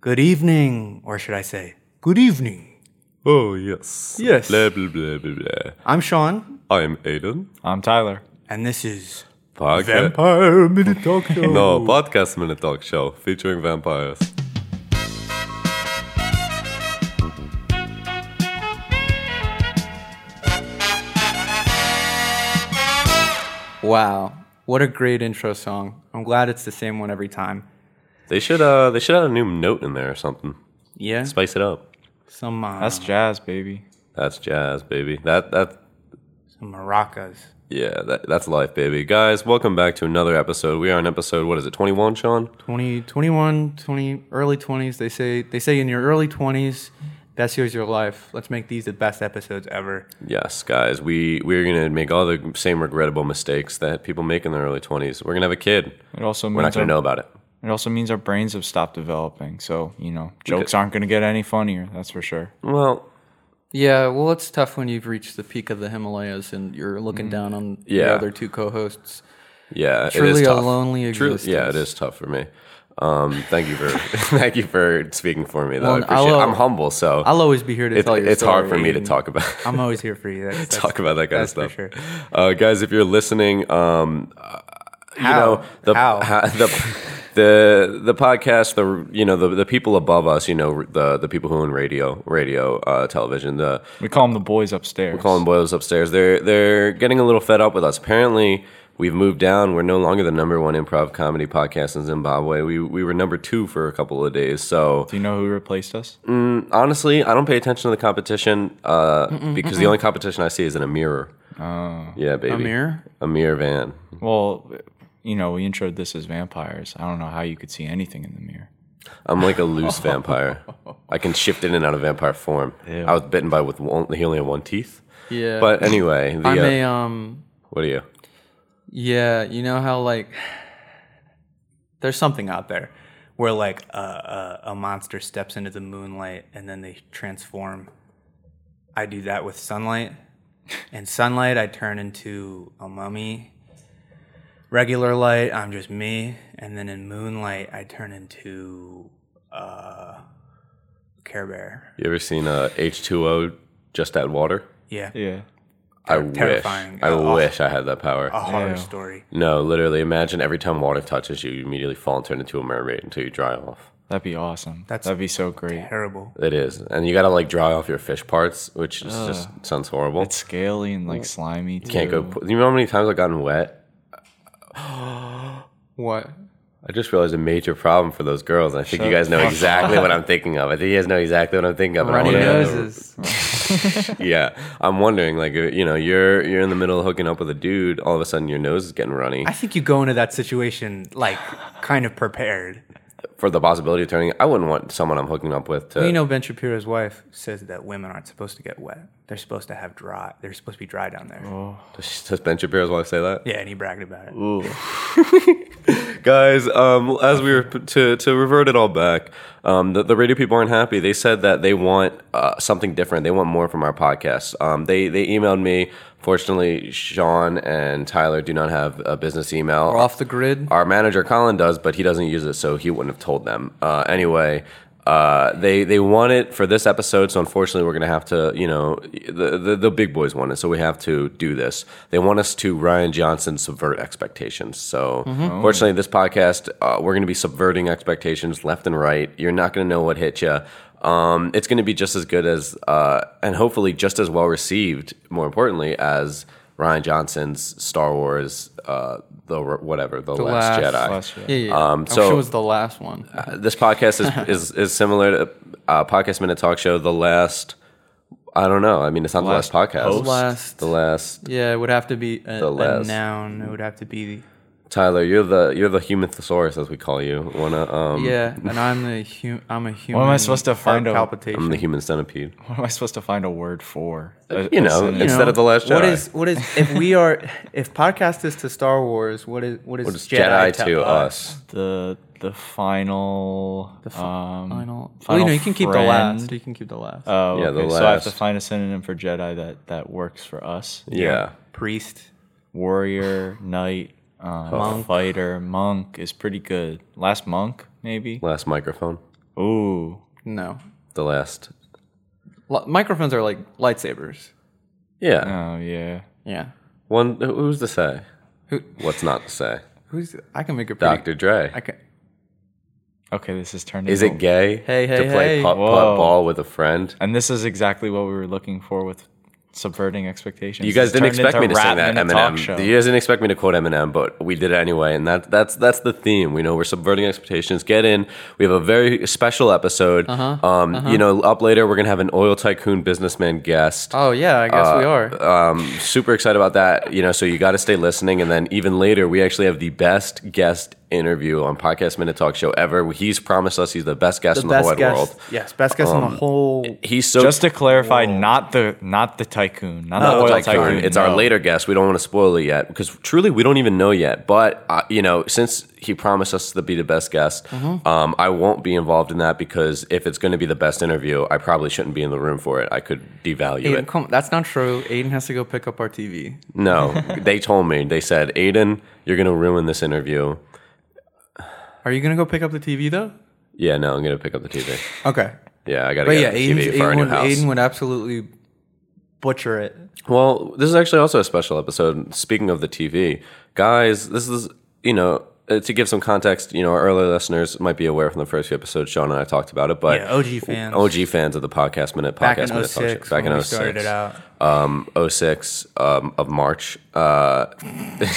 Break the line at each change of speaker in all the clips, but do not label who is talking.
Good evening, or should I say, good evening.
Oh, yes.
Yes.
Blah, blah, blah, blah, blah.
I'm Sean,
I'm Aiden.
I'm Tyler.
and this is
Podcast.
Vampire Minute Talk Show.
no, Podcast Minute Talk Show featuring vampires.
Wow, what a great intro song. I'm glad it's the same one every time.
They should uh they should add a new note in there or something.
Yeah,
Spice it up.
some uh,
That's jazz, baby.
That's jazz, baby. That that
some maracas.
yeah, that, that's life, baby. Guys, welcome back to another episode. We are on episode what is it, twenty one, Sean?
20, 21, 20, early 20s. They say they say in your early 20s, best years of your life. Let's make these the best episodes ever.
Yes, guys. We we're gonna make all the same regrettable mistakes that people make in their early twenties. We're gonna have a kid.
It also means
We're not gonna
our,
know about it.
It also means our brains have stopped developing. So you know, jokes aren't gonna get any funnier. That's for sure.
Well,
Yeah, well, it's tough when you've reached the peak of the Himalayas and you're looking down on
Yeah.
the other two co-hosts.
Yeah, it
Truly
is
a
tough.
lonely
Truly- yeah, it
existence.
is tough for me. Um, thank you for thank you for speaking for me. Though
Well,
I appreciate.
I'll-
it. I'm humble, so
I'll always be here to
it's,
tell your
it's hard for
story,
me to
Aiden.
talk about
I'm always here for you. That's, that's-
talk about that kind of
that's for
stuff.
sure.
Uh, guys, if you're listening, um, uh,
How?
you know the
How?
ha- the. The the podcast the you know the the people above us you know the the people who own radio radio uh, television the
We call them the boys upstairs.
Colin Boyle's upstairs. They're they're getting a little fed up with us. Apparently, we've moved down. We're no longer the number one improv comedy podcast in Zimbabwe. We we were number two for a couple of days. So
Do you know who replaced us?
Mm. honestly, I don't pay attention to the competition uh, because the only competition I see is in a mirror. Oh, yeah, baby,
Amir,
a mirror van.
Well, you know, we introed this as vampires. I don't know how you could see anything in the mirror.
I'm like a loose vampire. I can shift in and out of vampire form. I was bitten by with one, he only had one teeth.
yeah.
But anyway, the,
I'm
uh,
a um.
what are you?
Yeah, you know how like there's something out there where like a, a, a monster steps into the moonlight and then they transform. I do that with sunlight. In sunlight, I turn into a mummy. Regular light, I'm just me. And then in moonlight, I turn into uh, Care Bear.
You ever seen uh, H2O just add water?
Yeah,
Yeah.
I
terrifying.
wish. I
Oh.
wish I had that power.
a horror
Ew.
story.
No, literally. Imagine every time water touches you, you immediately fall and turn into a mermaid until you dry off.
That'd be awesome.
That's-
That'd be so great.
Terrible.
It is, and you gotta like dry off your fish parts, which is just sounds horrible.
It's scaly and like slimy. Too.
Can't go. Do you know how many times I've gotten wet?
What?
I just realized a major problem for those girls, and I think you guys know exactly what I'm thinking of. I think you guys know exactly what I'm thinking of. and I
Runny
wanna-
noses.
Yeah, I'm wondering, like, uh, you know, you're you're in the middle of hooking up with a dude, all of a sudden your nose is getting runny
I think you go into that situation like kind of prepared.
for the possibility of turning. I wouldn't want someone I'm hooking up with to.
You know, Ben Shapiro's wife says that women aren't supposed to get wet. They're supposed to have dry. They're supposed to be dry down there.
Does Ben Shapiro's wife say that?
Yeah, and he bragged about it.
Guys, um, as we were to to revert it all back, um, the, the radio people aren't happy. They said that they want uh, something different. They want more from our podcast. Um, they they emailed me. Fortunately, Sean and Tyler do not have a business email.
We're off the grid.
Our manager Colin does, but he doesn't use it, so he wouldn't have told them. Uh, anyway, uh, they they want it for this episode, so unfortunately, we're gonna have to, you know, the, the the big boys want it, so we have to do this. They want us to Ryan Johnson subvert expectations. So, fortunately, this podcast uh, we're gonna be subverting expectations left and right. You're not gonna know what hit you. Um, it's gonna be just as good as, uh, and hopefully, just as well received. More importantly, as Ryan Johnson's Star Wars, uh, the whatever, the, Last,
Last-
Jedi.
Last Jedi.
yeah.
Um, so-
it was the last one.
Uh, This podcast is, is is similar to uh, podcast minute talk show. The last, I don't know. I mean, it's not
Last
the last podcast.
host?
Last-
the last.
yeah, it would have to be a,
The
a
last.
noun. It would have to be
Tyler, you're the you're the human thesaurus as we call you. Wanna um,
yeah. And I'm the hu- I'm a human.
supposed to
heart
find out?
Palpitation.
I'm the human centipede.
What am I supposed to find a word for?
you know,
You
instead of the last
What
Jedi.
is what is if we are if podcast is to Star Wars, what is what is,
It's Jedi, to
us?
us.
the the final. The um,
Final. Well,
final
you know, you can keep the last.
friend.
You can keep the last.
Uh,
Oh,
Yeah,
yeah,
the
So I have to
last.
find a synonym for Jedi that that works for us.
Yeah.
Priest.
Warrior, knight, um,
Monk.
fighter, monk is pretty good. Last monk, maybe.
Last microphone.
Ooh.
No.
The last.
L- microphones are like lightsabers.
Yeah.
Oh yeah.
Yeah.
One. who- Who's to say?
Who?
What's not to say?
Who's? I can make a pretty,
Dr. Dre.
I can.
Okay, this is turned.
Is
into-
it gay
Hey, hey,
to play
hey.
putt putt
Whoa.
ball with a friend?
And this is exactly what we were looking for with subverting expectations.
You guys
It's
didn't
turned
expect
into
me to
rap
sing that
and a talk show.
Eminem. You guys didn't expect me to quote Eminem, but we did it anyway, and that that's that's the theme. We know we're subverting expectations. Get in. We have a very special episode. Uh-huh, um, You know, up later we're gonna have an oil tycoon businessman
Uh.
guest.
Oh yeah, I guess we are.
Um, super excited about that. You know, so you got to stay listening, and then even later we actually have the best guest interview on Podcast Minute Talk Show ever. He's promised us he's the best guest in the whole wide
guest.
world. Um,
Yes, best guest in the whole.
He's so
Just to clarify, not the not the tycoon, not the oil
Tycoon.
tycoon.
It's
no.
our later guest. We don't want to spoil it yet because truly we don't even know yet. But uh, you know, since he promised us to be the best guest,
Mm-hmm.
um, I won't be involved in that because if it's going to be the best interview, I probably shouldn't be in the room for it. I could devalue
Aiden,
it.
come, that's not true. Aiden has to go pick up our TV.
No, they told me. They said, "Aiden, you're going to ruin this interview."
Are you gonna go pick up the TV though?
Yeah, no, I'm going to pick up the TV.
Okay,
Yeah, I got to
but
get
yeah,
the TV
Aiden's-
for our
Aiden
new
would,
house.
Aiden would absolutely butcher it.
Well, this is actually also a special episode. Speaking of the TV, guys, this is, you know, uh, to give some context, you know, our earlier listeners might be aware from the first few episodes, Sean and I talked about it, but
Yeah, OG fans.
OG fans of the Podcast Minute, Podcast
Back in
Minute
oh
Talk Show,
06, when we started it out.
um, 06 um, of March, uh,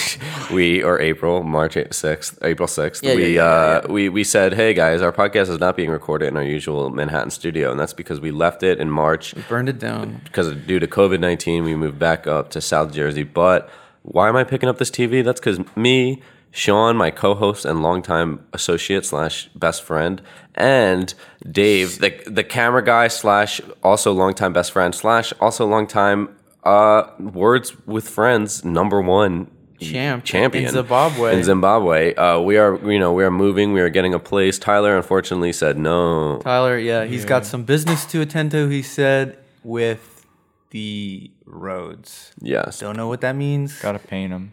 we or April, March 6th, April 6th,
yeah,
we,
yeah,
uh, we we said, hey guys, our podcast is not being recorded in our usual Manhattan studio, and that's because we left it in March
Burned it down.
because due to COVID 19, we moved back up to South Jersey. But why am I picking up this TV? That's because me, Sean, my co host and longtime associate slash best friend, and Dave, the, the camera guy slash also longtime best friend slash also longtime uh, words with friends number one
Champ
champion
in Zimbabwe.
in Zimbabwe uh, we are you know we are moving we are getting a place Tyler unfortunately said no
Tyler, yeah, he's got some business to attend to. He said with the roads.
yes
Don't know what that means.
Gotta paint him.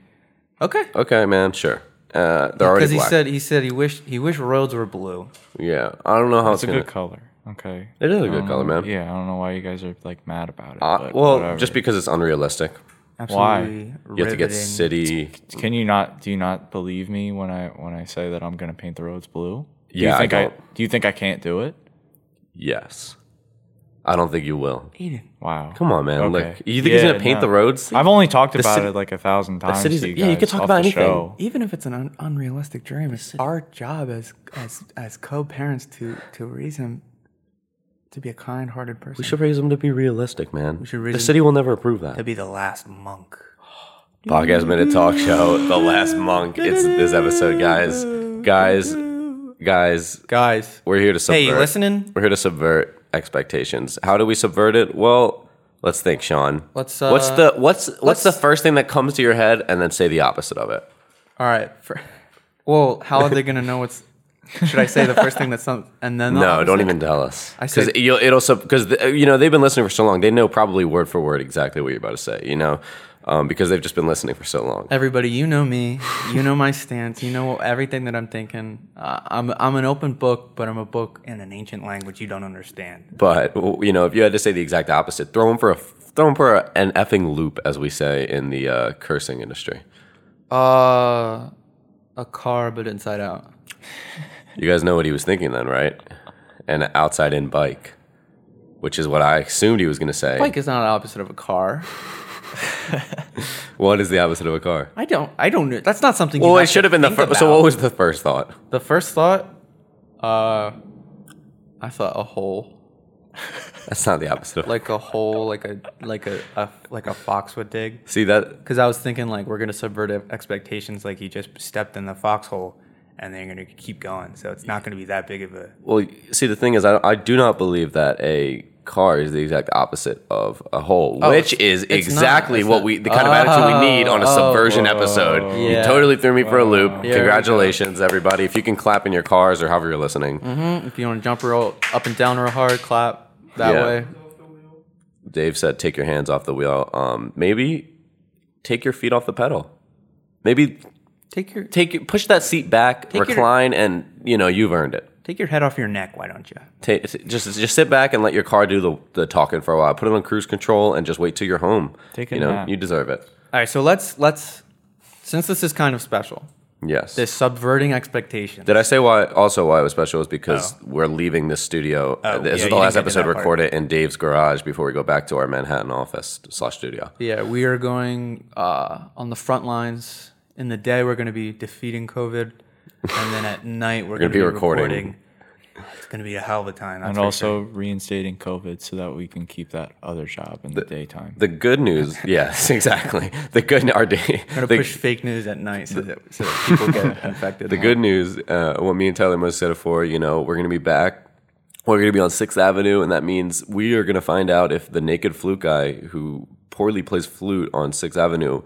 Okay.
okay man sure uh, they're already
Because he
black.
said he said he wished he wished roads were blue.
Yeah, I don't know how
It's
it's
a
gonna.
good color. Okay.
It is a
I
good
don't
color,
know-
man.
Yeah, I don't know why you guys are like mad about it.
Uh,
but
well,
whatever.
just because it's unrealistic,
Absolutely
you have to
riveting.
get city.
can you not? Do you not believe me when I when I say that I'm gonna paint the roads blue? Do
Yeah, I
you think
don't.
do you think I can't do it?
Yes, I don't think you will.
Aiden.
Wow.
Come on, man.
Okay.
Like, you think he's
Yeah,
gonna paint
no.
the roads?
I've only talked about
city-
it like a thousand times.
city's-
to you
yeah, you
guys
can talk
off
about
the
anything.
show.
Even if it's an un- unrealistic dream, it's our job as as as co-parents to to raise him to be a kind-hearted person.
We should raise them to be realistic, man.
should raise
the
them-
city will never approve that.
to be the last monk.
Podcast Minute Talk Show, The Last Monk. It's this episode, guys. Guys, guys,
Guys,
we're here to subvert.
hey, you listening?
We're here to subvert expectations. How do we subvert it? Well, let's think, Sean.
Let's, uh,
what's the what's what's
let's-
the first thing that comes to your head, and then say the opposite of it.
All right. For, well, how are they gonna know what's? Should I say the first thing that's some and then the
No,
opposite?
don't even tell us.
I
Because
said-
you'll it'll because you know they've been listening for so long. They know probably word for word exactly what you're about to say. You know, um, because they've just been listening for so long.
Everybody, you know me. You know my stance. You know everything that I'm thinking. Uh, I'm I'm an open book, but I'm a book in an ancient language you don't understand.
But w- you know, if you had to say the exact opposite, throw them for a throw 'em for a, an effing loop, as we say in the uh, cursing industry.
Uh, a car, but inside out.
You guys know what he was thinking then, right? An outside in bike, which is what I assumed he was going to say.
Bike is not the opposite of a car.
What is the opposite of a car?
I don't. I don't. know. That's not something.
Well,
you
it should have been the first. So, what was the first thought?
the first thought? Uh, I thought a hole,
That's not the opposite of.
like
Like,
a hole, like a like a, a like a fox would dig.
see that
Because I was thinking like we're gonna subvert e- expectations, like you just stepped in the foxhole, and then you're gonna keep going. So it's not gonna be that big of a.
Well, see, the thing is, I, I do not believe that a car is the exact opposite of a whole, which is
Oh, it's not,
exactly
it's
what
not.
we, the kind of attitude we need on a subversion episode. You
Yeah.
totally threw me for a loop.
we go.
Congratulations, everybody. If you can clap in your cars or however you're listening,
If you want to jump real up and down real hard, clap that
Yeah.
way.
Dave said, take your hands off the wheel. Um, maybe take your feet off the pedal. Maybe
Take your
take push that seat back,
your-
recline, and you know you've earned it.
Take your head off your neck, why don't you?
Ta- just just sit back and let your car do the, the talking for a while. Put it on cruise control and just wait till you're home.
Take a
you know,
nap.
you deserve it.
All right, so let's let's since this is kind of special,
Yes.
this subverting expectations.
Did I say why? Also, why it was special is because we're leaving the studio. Uh, this
Oh. yeah,
is the
you
last
didn't get to
episode
that part.
recorded in Dave's garage before we go back to our Manhattan office slash studio.
Yeah, we are going uh, on the front lines. In the day, we're going to be defeating COVID, and then at night, we're going
be
to be
recording.
recording. It's going to be a hell of a time. that's
And
for
also reinstating COVID so that we can keep that other job in the, daytime.
The good news, yes, exactly. The good our day.
We're
the-
gonna push fake news at night so that, so that people get infected.
The good news, uh, what me and Tyler most said before, you know, we're going to be back. We're going to be on Sixth Avenue, and that means we are going to find out if the naked flute guy who poorly plays flute on Sixth Avenue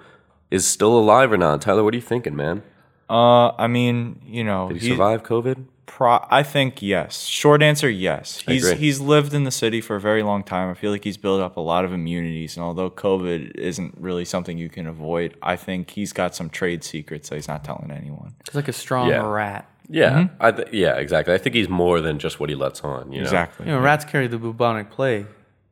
is still alive or not. Tyler, what are you thinking, man?
uh, I mean, you know,
Did he
he-
survive COVID?
Pro- I think yes. Short answer, yes. He's
agree.
he's lived in the city for a very long time. I feel like he's built up a lot of immunities, and although COVID isn't really something you can avoid, I think he's got some trade secrets that he's not telling anyone.
It's like a strong
Yeah.
rat.
Yeah, I th- yeah, exactly. I think he's more than just what he lets on. You know?
Exactly.
You know, rats carry the bubonic plague.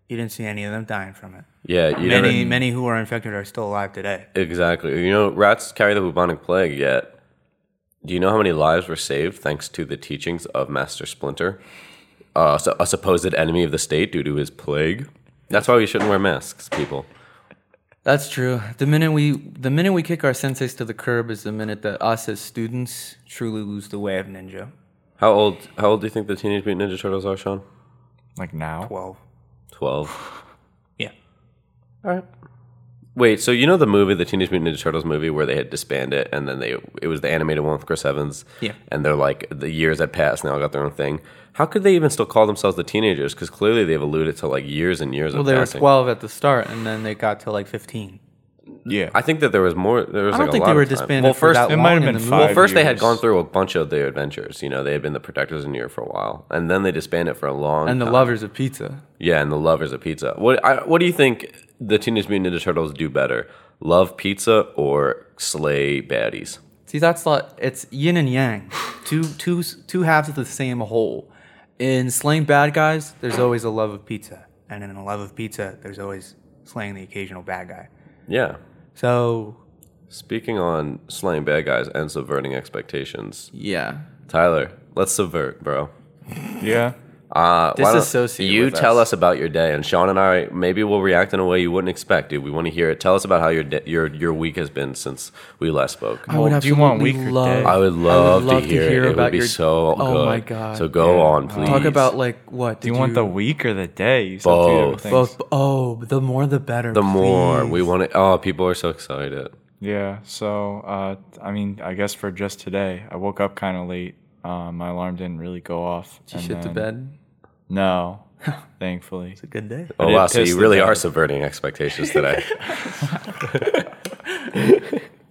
You didn't see any of them dying from it.
Yeah, you
many,
never,
many who are infected are still alive today.
exactly. You know, rats carry the bubonic plague. Yet, do you know how many lives were saved thanks to the teachings of Master Splinter, uh, so a supposed enemy of the state due to his plague? That's why we shouldn't wear masks, people.
That's true. The minute we, the minute we kick our senseis to the curb is the minute that us as students truly lose the way of ninja.
How old? How old do you think the Teenage Mutant Ninja Turtles are, Sean?
Like now,
Twelve.
Twelve.
Yeah.
All right. Wait, so you know the movie, the Teenage Mutant Ninja Turtles movie, where they had disbanded it, and then they it was the animated one with Chris Evans.
Yeah.
And they're like the years had passed, and they all got their own thing. How could they even still call themselves the teenagers? Because clearly they've alluded to like years and years
Well,
of
they were
passing.
twelve at the start, and then they got to like fifteen.
yeah.
I think that there was more. There was
I don't
like, a
think
lot
they
of
were
time.
disbanded
Well,
for
first
that
It
long.
might have
in
been
the movie.
five
Well, first they had
years.
gone through a bunch of their adventures. You know, they had been the protectors in New York for a while, and then they disbanded for a long.
and the
time.
lovers of pizza.
Yeah, and the lovers of pizza. What I, what do you think the Teenage Mutant Ninja Turtles do better? Love pizza or slay baddies?
See, that's like it's yin and yang, two two two halves of the same whole. In slaying bad guys, there's always a love of pizza, and in a love of pizza, there's always slaying the occasional bad guy.
Yeah.
So
Speaking on slaying bad guys and subverting expectations,
yeah,
Tyler, let's subvert, bro.
yeah.
Uh, why don't
Disassociate
You
with
tell
us.
us about your day, and Sean and I maybe we'll react in a way you wouldn't expect, dude. We want to hear it. Tell us about how your da- your your week has been since we last spoke.
I would
do you want
absolutely
weaker
love-
day?
I would love,
love
to hear, it. It would be
your-
so good.
Oh my god!
So go on, please.
talk about like what?
Do you want the week or the day? You said
Both.
two different things.
both? Oh, the more the better.
the more we want it. Oh, people are so excited.
Yeah. So, uh, I mean, I guess for just today, I woke up kind of late. Uh, my alarm didn't really go off.
Did you
and
shit
Oh,
the
then-
bed.
No, thankfully.
It's a good day.
Oh
did
wow! So
piss
you
the
really
bed.
are subverting expectations today.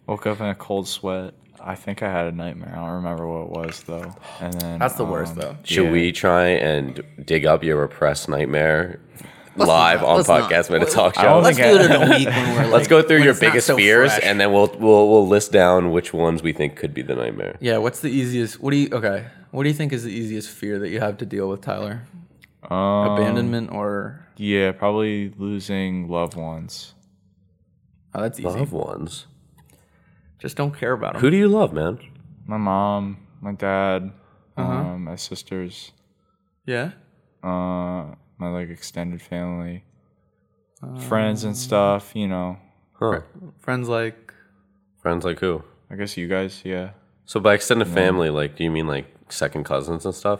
Woke up in a cold sweat. I think I had a nightmare. I don't remember what it was though. And then um,
Should
Yeah.
we try and dig up your repressed nightmare live on podcast Minute Talk Show?
don't
Let's,
think-
Let's do it in a week when we're like,
go through
when
your
it's not
biggest
so
fears,
fresh.
and then we'll we'll we'll list down which ones we think could be the nightmare.
yeah, what's the easiest? What do you okay? What do you think is the easiest fear that you have to deal with, Tyler?
Um,
Abandonment or
Yeah, probably losing loved ones.
oh, that's easy.
Love ones.
Just don't care about them.
Who do you love, man?
My mom, my dad,
Uh-huh.
um, my sisters,
yeah.
uh, my like extended family,
Uh,
friends and stuff. You know,
Huh?
Friends like
Friends like who?
I guess you guys. Yeah.
So by
Mm.
extended family, like, do you mean like second cousins and stuff?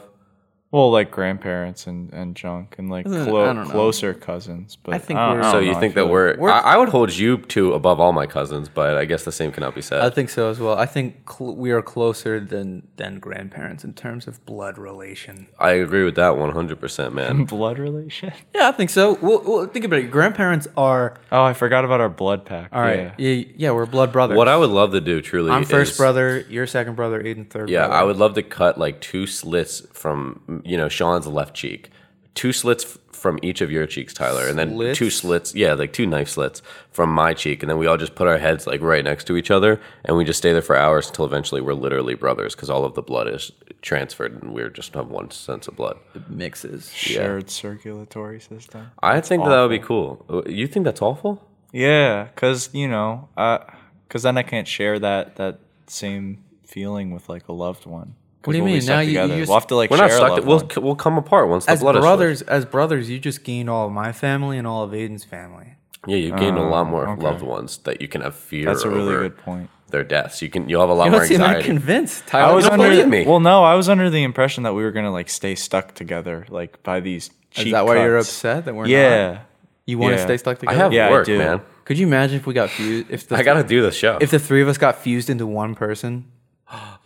Well, like grandparents and, and junk and like
Isn't it-
clo-
I don't know.
closer cousins. But
I think
don't-
we're-
don't
So
know,
you
I
think
feel
that
like-
we're? I, I would hold you two above all my cousins, but I guess the same cannot be said.
I think so as well. I think cl- we are closer than than grandparents in terms of blood relation.
I agree with that one hundred percent, man.
blood relation?
Yeah, I think so. Well, well think about it. Grandparents are
Oh, I forgot about our blood pack.
all right. Yeah, yeah, we're blood brothers.
What I would love to do truly
I'm first
is-
brother, your second brother, Aiden third.
Uh,
Yeah,
brother.
I would love to cut like two slits from you know Sean's left cheek two slits f- from each of your cheeks, Tyler, and then
Slits?
two slits. Yeah, like two knife slits from my cheek, and then we all just put our heads like right next to each other, and we just stay there for hours until eventually we're literally brothers because all of the blood is transferred, and we're just have one sense of blood.
mixes.
Shared circulatory system.
I think that, that would be cool. Uh, You think that's awful?
Yeah, cause you know, because then I can't share that that same feeling with like a loved one. 'Cause
What do you
we'll be
mean?
stuck
Now you- you
together.
just-
we'll have to like
We're
share
not
a
stuck.
loved
We'll
one.
we'll come apart once the
As
blood is
brothers, as brothers, you just gained all of my family and all of Aiden's family.
Yeah, you gain a lot more loved ones that you can have fear.
Oh, That's a really
over
good point.
Their deaths. You can. You'll have a lot
You
more
don't seem that
anxiety.
convinced, Tyler.
I was
Don't
under-
believe
believe
me.
me.
Well, no, I was under the impression that we were gonna like stay stuck together, like by these.
Is
cheek
that why you're
cuts.
upset that we're not?
Yeah,
You want to
Yeah.
stay stuck
I
together?
have
Yeah, I
work,
do.
man.
Could you imagine if we got fused? If the
I gotta do the show.
if the three of us got fused into one person,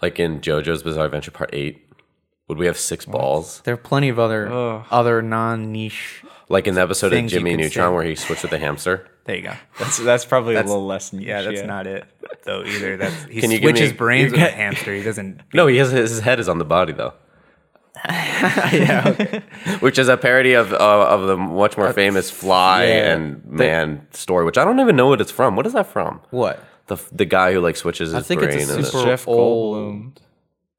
like in JoJo's Bizarre Adventure Part Eight, would we have six balls?
there are plenty of other
Ugh.
other non niche.
Like in the episode of
Things you
Jimmy
can
Neutron
say.
where he switched with the hamster.
There you go.
that's that's probably a little less. niche,
Yeah, that's not it though either. That's he
Can you give
switches
me-
brains with a hamster. He doesn't.
No, he has his head is on the body though.
yeah, okay.
which is a parody of uh, of the much more famous Fly
yeah.
and Man story, which I don't even know what it's from. What is that from?
What?
The the guy who like switches his
I think
brain.
it's a
and
super
Jeff
old.
Goldblum.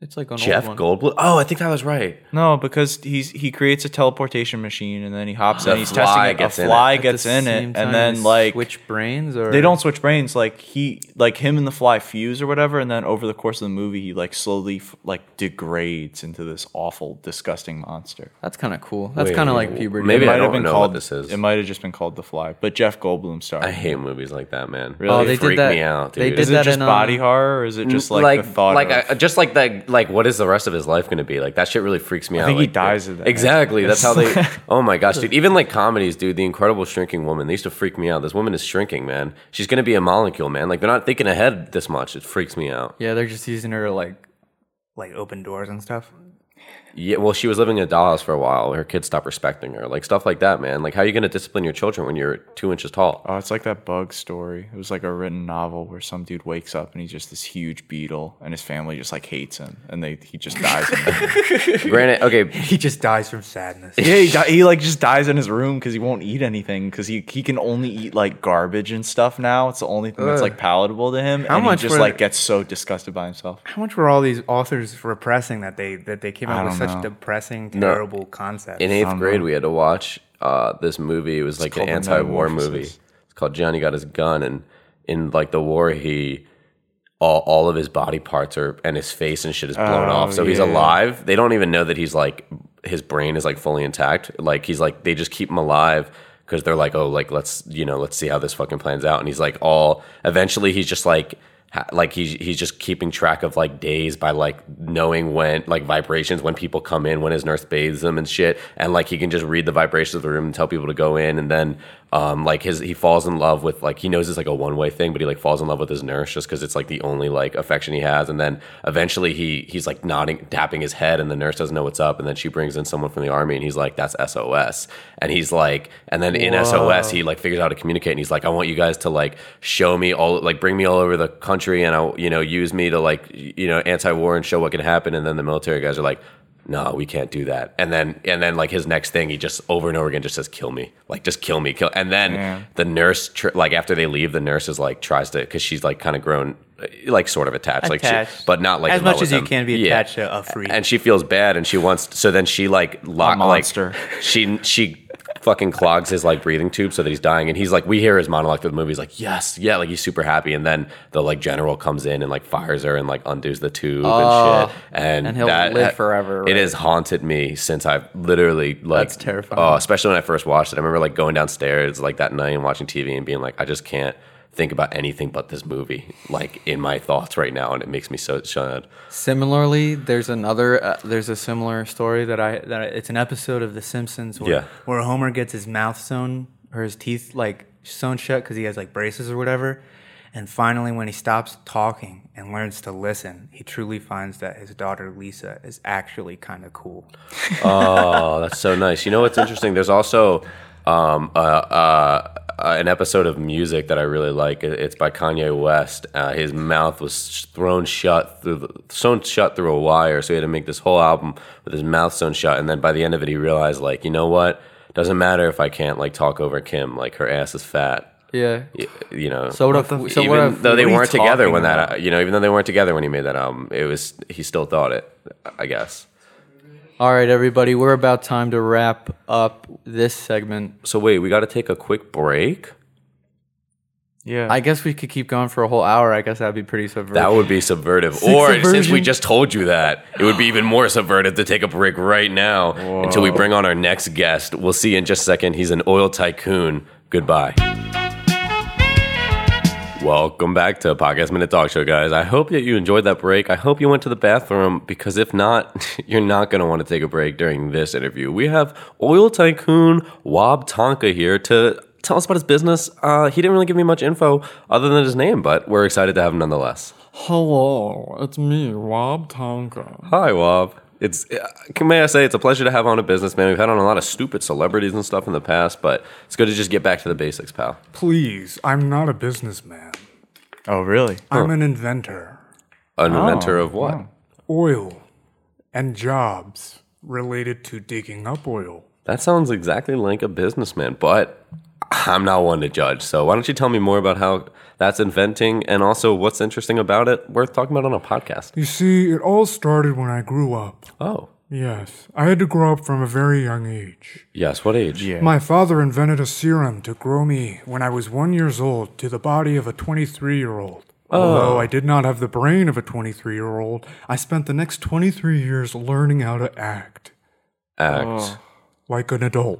It's like an
Jeff
old one.
Goldblum. Oh, I think that was right.
No, because he's he creates a teleportation machine and then he hops
The
in. He's
fly
testing it. A
gets in it.
fly
At the
gets in
same
it,
time
and then
they
like
switch brains or
they don't switch brains. Like he, like him and the fly fuse or whatever, and then over the course of the movie, he like slowly f- like degrades into this awful, disgusting monster.
That's kind of cool. That's
Wait,
kind of like
wait,
puberty.
maybe I
Might have
don't
been
know what
called
this is.
It might have just been called the fly, but Jeff Goldblum starred.
I hate movies like that, man.
Really? Oh, they
they
did
freak
that-
me out,
they
dude.
did
is it
that
just
in, uh,
body horror, or is it just like, the thought
um, like
of
I- just like that like what is the rest of his life going to be like that shit really freaks me out
think he
like,
dies
the-
of that.
exactly that's how they oh my gosh dude even like comedies dude the incredible shrinking woman they used to freak me out this woman is shrinking man she's going to be a molecule man like they're not thinking ahead this much it freaks me out
Yeah, they're just using her to like like open doors and stuff.
yeah well she was living in a dollhouse for a while her kids stopped respecting her like stuff like that man like how are you going to discipline your children when you're two inches tall
Oh, it's like that bug story. It was like a written novel where some dude wakes up and he's just this huge beetle, and his family just like hates him, and they he just dies. in-
granted okay
He just dies from sadness.
yeah, he, di- he like just dies in his room because he won't eat anything because he he can only eat like garbage and stuff now. It's the only thing that's like palatable to him.
How
and
much
he just
were-
like gets so disgusted by himself.
How much were all these authors repressing that they that they came
I
up with
don't
such
know.
depressing, terrible concepts?
in eighth grade we had to watch uh, this movie. It was like an
called The
anti-war
Metamorphosis.
movie. It's called Johnny Got His Gun, and in like the war, he all all of his body parts are and his face and shit is blown
Oh,
off, so he's
yeah.
alive. They don't even know that he's like his brain is like fully intact. Like he's like they just keep him alive. Because they're like, oh, like let's you know, let's see how this fucking plans out, and he's like, all. Eventually, he's just like, ha- like he's he's just keeping track of like days by like knowing when like vibrations when people come in when his nurse bathes them and shit and like he can just read the vibrations of the room and tell people to go in and then um like his he falls in love with like he knows it's like a one way thing but he like falls in love with his nurse just because it's like the only like affection he has and then eventually he he's like nodding tapping his head and the nurse doesn't know what's up and then she brings in someone from the army and he's like that's SOS and he's like and then in SOS he like figures out how to communicate and he's like I want you guys to like show me all like bring me all over the country and I'll you know use me to like you know anti-war and show what can happen and then the military guys are like no we can't do that and then and then like his next thing he just over and over again just says kill me like just kill me kill and then the nurse tr- like after they leave the nurse is like tries to because she's like kind of grown uh, like sort of attached, like she,
Attached.
but not like
As
in love
much
with
as you
him.
can be
Yeah.
attached to a freak.
and she feels bad and she wants so then she like lock
monster.
like she she fucking clogs his like breathing tube so that he's dying and he's like we hear his monologue through the movie he's like yes yeah like he's super happy and then the like general comes in and like fires her and like undoes the tube and shit and,
Oh, and he'll
that,
live forever,
it
right?
has haunted me since I've literally like
That's terrifying.
oh especially when I first watched it I remember like going downstairs like that night and watching TV and being like I just can't think about anything but this movie like in my thoughts right now and it makes me so sad
Similarly, there's another uh, there's a similar story that I that I, it's an episode of The Simpsons where,
Yeah.
where Homer gets his mouth sewn or his teeth like sewn shut because he has like braces or whatever, and finally when he stops talking and learns to listen, he truly finds that his daughter Lisa is actually kind of cool.
Oh, that's so nice. You know what's interesting? There's also um, uh, uh, uh, an episode of music that I really like. It- It's by Kanye West. Uh, his mouth was thrown shut through the, sewn shut through a wire, so he had to make this whole album with his mouth sewn shut. And then by the end of it, he realized, like, you know what? Doesn't matter if I can't like talk over Kim. Like her ass is fat.
Yeah.
Y- You know.
So what if- so
even
what if-
though they
what are you
weren't together
talking
when that,
about?
uh, you know, even though they weren't together when he made that album, it was he still thought it. I guess.
All right, everybody, we're about time to wrap up this segment.
So wait, we got to take a quick break.
Yeah.
I guess we could keep going for a whole hour. I guess that'd be pretty subversive.
That would be subvertive. or since we
subversion.
just told you that, it would be even more subvertive to take a break right now until we bring on our next guest. We'll see you in just a second. He's an oil tycoon. Goodbye. Welcome back to Podcast Minute Talk Show, guys. I hope that you enjoyed that break. I hope you went to the bathroom because if not, you're not going to want to take a break during this interview. We have oil tycoon Wab Tonka here to tell us about his business. Uh, he didn't really give me much info other than his name, but we're excited to have him nonetheless.
Hello, it's me, Rob Tonka.
Hi, Wob. It's uh, may I say it's a pleasure to have on a businessman. We've had on a lot of stupid celebrities and stuff in the past, but it's good to just get back to the basics, pal.
Please, I'm not a businessman.
oh, really?
I'm an inventor.
An inventor of what?
Oil and jobs related to digging up oil.
That sounds exactly like a businessman, but I'm not one to judge. So why don't you tell me more about how that's inventing and also what's interesting about it? Worth talking about on a podcast.
You see, it all started when I grew up.
Oh,
Yes, I had to grow up from a very young age.
yes. What age?
Yeah.
My father invented a serum to grow me when I was one years old to the body of a 23 year old. Although I did not have the brain of a 23 year old, I spent the next 23 years learning how to act
Act.
like an adult.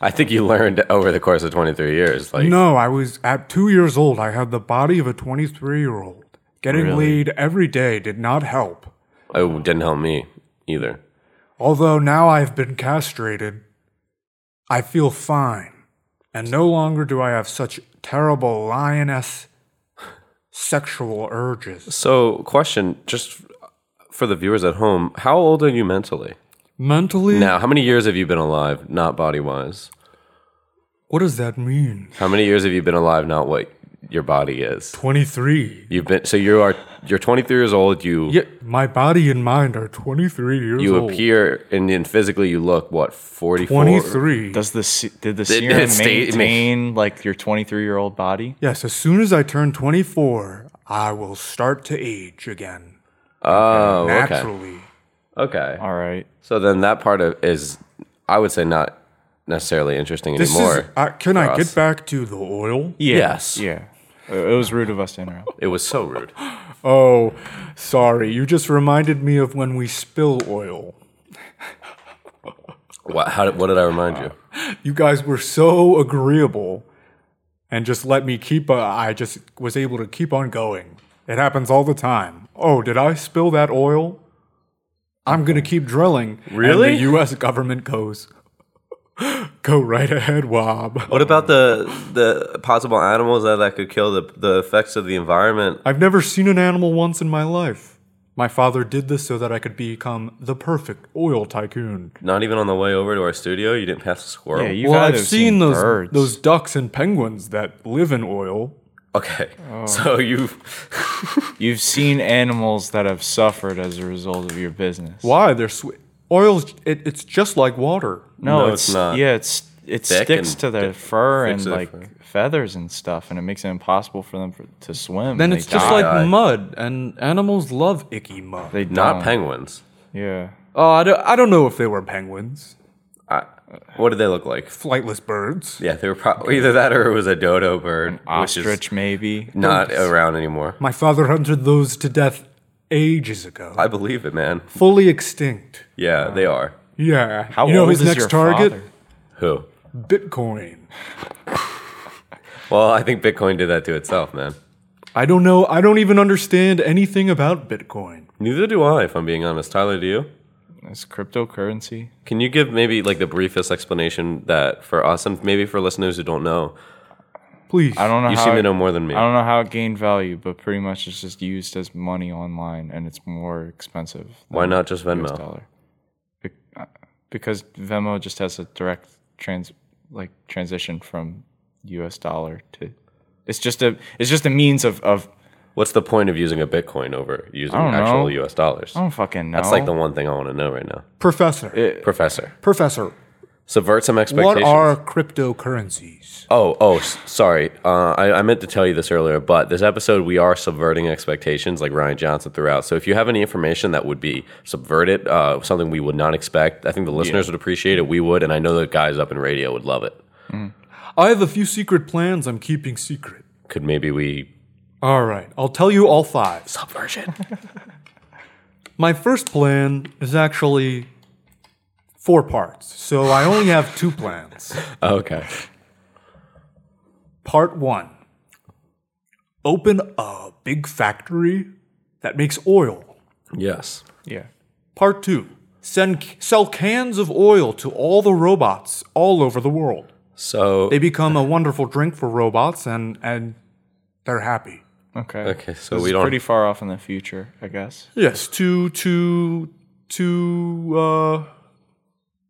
I think you learned over the course of 23 years. Like,
No, I was at two years old. I had the body of a 23 year old. Getting laid every day did not help.
it didn't help me either.
Although now I've been castrated, I feel fine. And no longer do I have such terrible lioness sexual urges.
So, question just for the viewers at home: How old are you mentally?
Mentally?
Now, how many years have you been alive, not body wise?
What does that mean?
How many years have you been alive, not what your body is?
23.
You've been so you are you're 23 years old. You
Yeah.
My body and mind are 23 years
you
old.
appear and then physically you look what 44.
23.
Does the se- did the
Did
serum
it stay-
maintain like your 23 year old body?
Yes, as soon as I turn 24, I will start to age again.
Oh, okay,
naturally.
okay.
All right.
So then that part of is I would say not necessarily interesting
This
anymore.
is. Uh, can I
us.
get back to the oil?
Yeah.
Yes.
Yeah. Uh, It was rude of us to interrupt.
it was so rude.
Oh, sorry. You just reminded me of when we spill oil.
What, how, did- what did I remind you?
You guys were so agreeable, and just let me keep. Uh, I just was able to keep on going. It happens all the time. Oh, did I spill that oil? I'm gonna keep drilling.
Really?
And the U.S. government goes. Go right ahead, Wob.
What about the the possible animals that, that could kill the the effects of the environment?
I've never seen an animal once in my life. My father did this so that I could become the perfect oil tycoon.
Not even on the way over to our studio, you didn't pass a squirrel.
Yeah, you've
well,
had
I've
to
seen,
have seen
those
birds.
those ducks and penguins that live in oil.
okay,
Oh.
so you
You've seen animals that have suffered as a result of your business.
Why they're sw- oil's it, it's just like water.
No,
No,
it's,
it's not.
Yeah, it's it
Thick
sticks
and
to their
thick-
fur
thick
and
to their
like
fur.
feathers and stuff, and it makes it impossible for them for, to swim.
Then
and
it's
they
just
die.
like
Aye.
mud, and animals love icky mud.
they
not
don't.
penguins.
Yeah.
Oh, I don't, I
I don't know if they were penguins,
I, what did they look like?
flightless birds.
Yeah, they were probably either that or it was a dodo bird, which
Ostrich,
is
maybe.
not around anymore.
My father hunted those to death ages ago,
I believe it, man.
fully extinct.
Yeah, they are.
Yeah,
How
you know
old
his
is
next
your
target?
father?
Who?
Bitcoin.
Well, I think Bitcoin did that to itself, man.
I don't know. I don't even understand anything about Bitcoin.
Neither do I, if I'm being honest. Tyler, do you?
It's cryptocurrency.
Can you give maybe like the briefest explanation that for us and maybe for listeners who don't know?
Please,
I don't know
You
Uh, how
seem
it-
to know more than me.
I don't know how it gained value, but pretty much it's just used as money online, and it's more expensive. than
Why not just
US
Venmo?
dollar? Be- uh, Because Venmo just has a direct trans like transition from U.S. dollar to. It's just a it's just a means of of
What's the point of using a Bitcoin over using
don't
actual
know.
U.S. dollars?
I don't fucking know.
That's like the one thing I want to know right now,
Professor,
Professor.
professor,
Subvert some expectations.
what are cryptocurrencies?
Oh, oh, s- sorry. Uh, I, I meant to tell you this earlier, but this episode we are subverting expectations, like Ryan Johnson throughout. So if you have any information that would be subverted, uh, something we would not expect, I think the listeners would appreciate it. We would, and I know the guys up in radio would love it.
I have a few secret plans I'm keeping secret.
Could maybe we
All right, I'll tell you all five.
subversion?
My first plan is actually four parts, so I only have two plans.
okay.
Part one Open a big factory that makes oil.
Yes.
yeah.
Part two send, Sell cans of oil to all the robots all over the world.
So
They become a wonderful drink for robots and, and they're happy.
Okay.
okay, so
This
we
is
don't.
pretty far off in the future, I guess.
Yes, two, two, two, uh,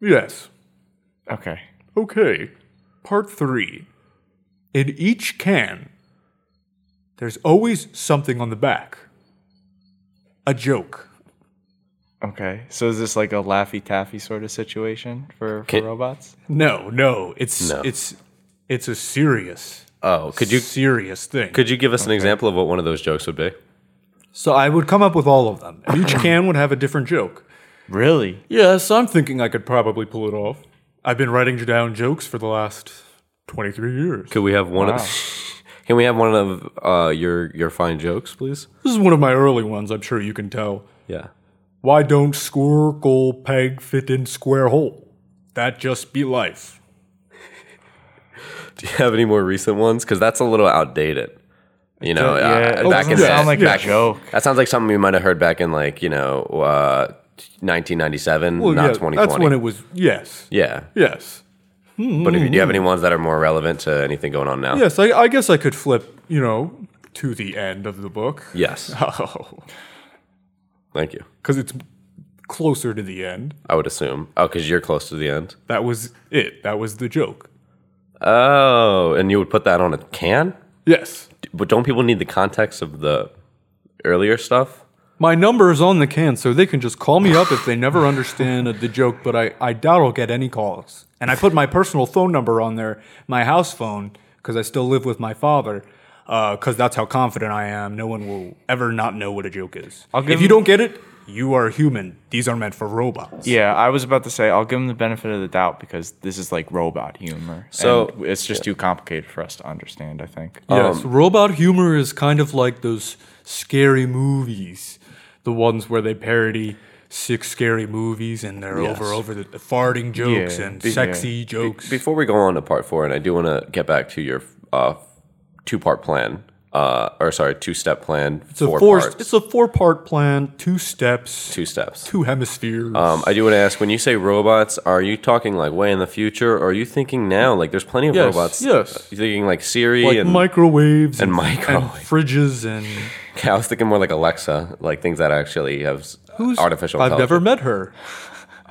yes.
Okay.
Okay. Part three. In each can, there's always something on the back. A joke.
Okay. So is this like a Laffy Taffy sort of situation for, for
Can-
robots?
No, no, it's
No.
it's it's a serious,
oh, could you
serious thing.
could you give us an example of what one of those jokes would be?
so I would come up with all of them. and Each can would have a different joke.
Really?
Yes, I'm thinking I could probably pull it off. I've been writing down jokes for the last twenty-three years.
Could we have one of? Can we have one of uh, your your fine jokes, please?
This is one of my early ones. I'm sure you can tell.
Yeah.
Why don't squircle peg fit in square hole? That just be life.
Do you have any more recent ones? Because that's a little outdated. You know,
Yeah,
uh,
it
back in
doesn't
the-
sound like
back-
a joke.
That sounds like something we might have heard back in like you know, uh, 1997, not 2020.
that's when it was. Yes,
yeah,
yes,
but if you do you have any ones that are more relevant to anything going on now?
yes. I, I guess I could flip. You know, to the end of the book.
Yes.
Oh,
Thank you.
because it's closer to the end.
I would assume. Oh, because you're close to the end.
That was it. That was the joke.
Oh, and you would put that on a can.
Yes,
But don't people need the context of the earlier stuff?
my number is on the can, so they can just call me up if they never understand the joke. But I, I doubt I'll get any calls. And I put my personal phone number on there, my house phone, because I still live with my father. Because that's how confident I am. No one will ever not know what a joke is.
I'll give
If you
him-
don't get it, you are human. These are meant for robots.
Yeah, I was about to say I'll give them the benefit of the doubt because this is like robot humor.
So-
and it's just too complicated for us to understand. I think.
Yes,
um,
robot humor is kind of like those scary movies, the ones where they parody six scary movies and they're over over the, the farting jokes
Yeah,
and
be-
sexy
yeah.
jokes.
Before we go on to part four, and I do want to get back to your uh, two-part plan, uh, or sorry, two-step plan.
it's a four. It's a four-part plan, two steps,
two steps.
two hemispheres.
Um, I do want to ask: When you say robots, are you talking like way in the future, or are you thinking now? Like, there's plenty of
Yes,
robots.
yes.
You're thinking like Siri
like
and
microwaves
and
and
microwave.
fridges and
I was thinking more like Alexa, like things that actually have s-
who's
artificial.
I've never
intelligence.
met her.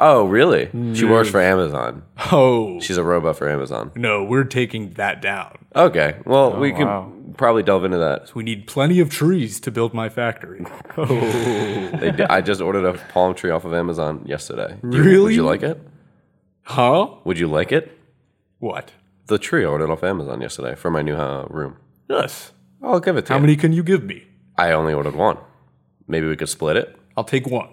Oh, really? She works for Amazon.
Oh
She's a robot for Amazon.
no, we're taking that down.
Okay. Well,
Oh,
we can
wow.
probably delve into that
We need plenty of trees to build my factory. Oh,
They did, I just ordered a palm tree off of Amazon yesterday. Do you- Would
Really?
you like it?
huh?
Would you like it?
What?
The tree I ordered off Amazon yesterday for my new uh, room.
Yes.
I'll give it to
How
you.
many can you give me?
I only ordered one. Maybe we could split it.
I'll take one.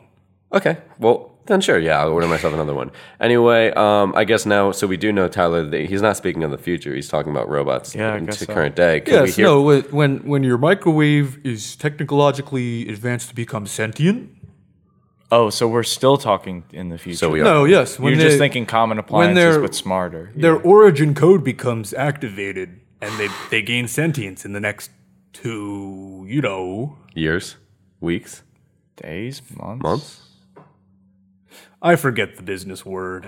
Okay. Well, then sure. Yeah, I'll order myself another one. Anyway, um, I guess now, so we do know Tyler, that he's not speaking of the future. He's talking about robots
Yeah, I
in
guess
to
so.
current day. Could
Yes, no. wh- When when your microwave is technologically advanced to become sentient.
Oh, so we're still talking in the future.
So we are.
No, yes. When
You're
they-
just thinking common appliances,
they're-
but smarter.
their origin code becomes activated, and they they gain sentience in the next two, you know.
Years? Weeks?
Days, months.
Months?
I forget the business word.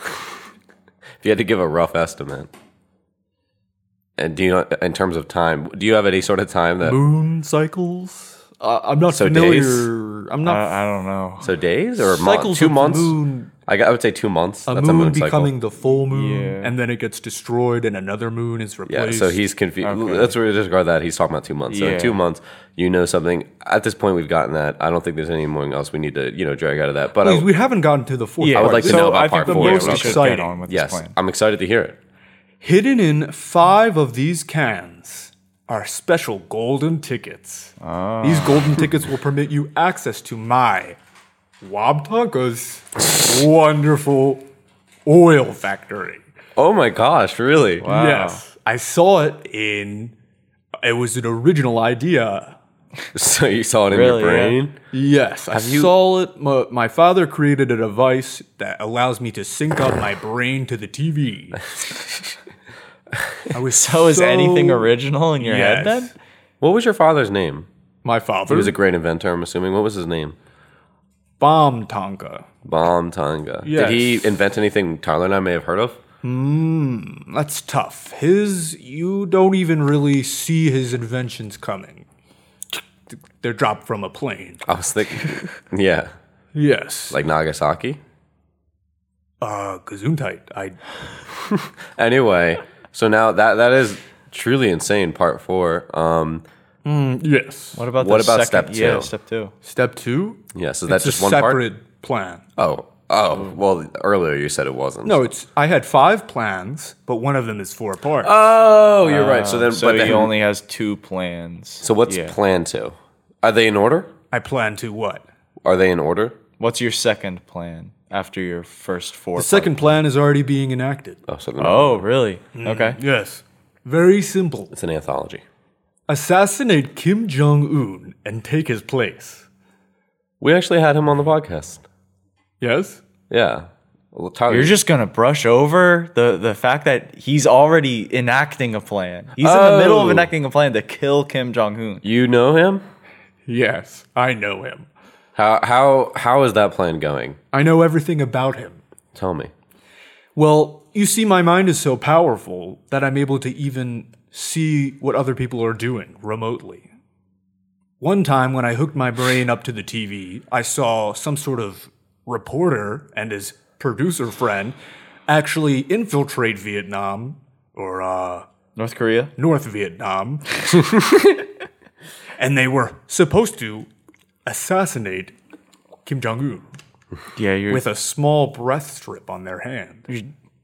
If you had to give a rough estimate. And do you, in terms of time, do you have any sort of time that
Moon cycles. Uh, I'm not
So
familiar.
days? Uh,
I'm
I,
not
Uh, I don't know.
So days or months?
cycles
Two
of the
months?
moon.
I I, got- I would say two months.
a
That's a
moon
moon cycle.
becoming the full moon,
Yeah.
and then it gets destroyed, and another moon is
Yeah,
replaced.
so he's confused.
Okay.
Let's re- disregard that. He's talking about two months. So
Yeah.
in two months, you know something. At this point, we've gotten that. I don't think there's any more else we need to you know drag out of that. But I,
Please, we haven't gotten to the fourth.
Yeah,
I would
part.
like to
So,
know about
I
part
think the
four.
most
Yeah,
we
okay.
should get
exciting.
on with
yes,
this plan.
I'm excited to hear it.
Hidden in five of these cans are special golden tickets.
Ah.
These golden tickets will permit you access to my Wabtaka's wonderful oil factory.
Oh my gosh, really?
Yes, I saw it in. It was an original idea.
So you saw it in
Really,
your
yeah.
brain?
Yes, I saw it. My, my father created a device that allows me to sync up my brain to the TV. I was
So is anything
so-
original in your head
Yes.
then?
What was your father's name?
My
He
father
was a great inventor, I'm assuming. What was his name?
bomb Tonka.
Bomb Tonga.
Yes.
Did he invent anything Tyler and I may have heard of?
That's tough. His you don't even really see his inventions coming. They're dropped from a plane.
I was thinking, yeah,
Yes.
like Nagasaki.
Uh Gesundheit. I
Anyway, so now that that is truly insane. Part four. Um,
yes.
What about
What
the
about
second-
step
Yeah,
two?
step two.
Step two?
yeah, so that's
it's
just
a
one part.
separate plan.
Oh, oh. Well, earlier you said it wasn't.
No, it's I had five plans, but one of them is four parts.
Oh, you're right. So then,
So
but then,
he only has two plans.
So what's
Yeah.
plan two? Are they in order?
I plan to what?
Are they in order?
What's your second plan after your first four?
The second Mm. plan is already being enacted.
Oh, so then
Oh, really? Okay.
Yes. Very simple.
it's an anthology.
Assassinate Kim Jong Un and take his place.
We actually had him on the podcast.
Yes?
Yeah, well, Tyler,
You're just gonna brush over the the fact that he's already enacting a plan. He's in the middle
Oh.
of enacting a plan to kill Kim Jong Un.
you know him.
Yes, I know him.
How how how is that plan going?
I know everything about him.
Tell me.
Well, you see, my mind is so powerful that I'm able to even see what other people are doing remotely. One time when I hooked my brain up to the TV, I saw some sort of reporter and his producer friend actually infiltrate Vietnam or uh,
North Korea.
North Vietnam. and they were supposed to assassinate Kim Jong un
Yeah, you're.
with a small breath strip on their hand.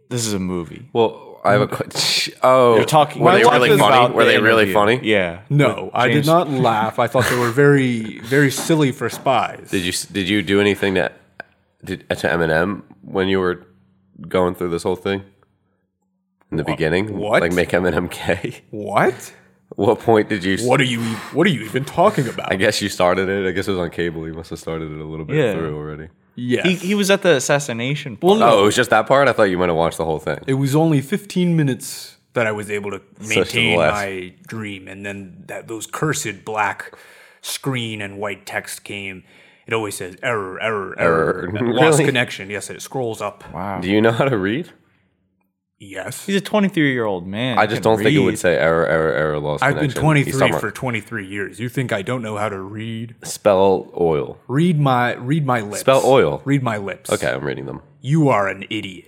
this is a movie.
Well, I have a question. Oh, you're
talking-
Were they
My life
really
is
funny?
about
Were
the
they really funny?
Yeah.
No, I did
James-
not laugh. I thought they were very, very silly for spies.
Did you did you do anything to did, to Eminem when you were going through this whole thing in the beginning?
what?
Like make Eminem gay?
what?
what point did you?
What are you? e, What are you even talking about?
I guess you started it. I guess it was on cable. You must have started it a little bit
Yeah.
through already.
yes.
He, he was at the assassination. Well,
Oh, it was just that part. I thought you might have watched the whole thing.
it was only 15 minutes that I was able to maintain
last-
my dream, and then that those cursed black screen and white text came. It always says error, error, error,
Error.
lost
Really?
connection. Yes, it scrolls up.
wow.
Do you know how to read?
Yes,
He's a 23 year old man.
I
He
just
can
don't think it would
read.
say error, error, error, lost
I've been
connection. He's
23
talking about
for 23 years. You think I don't know how to read?
spell oil.
Read my read my lips.
Spell oil.
Read my lips.
Okay, I'm reading them.
You are an idiot.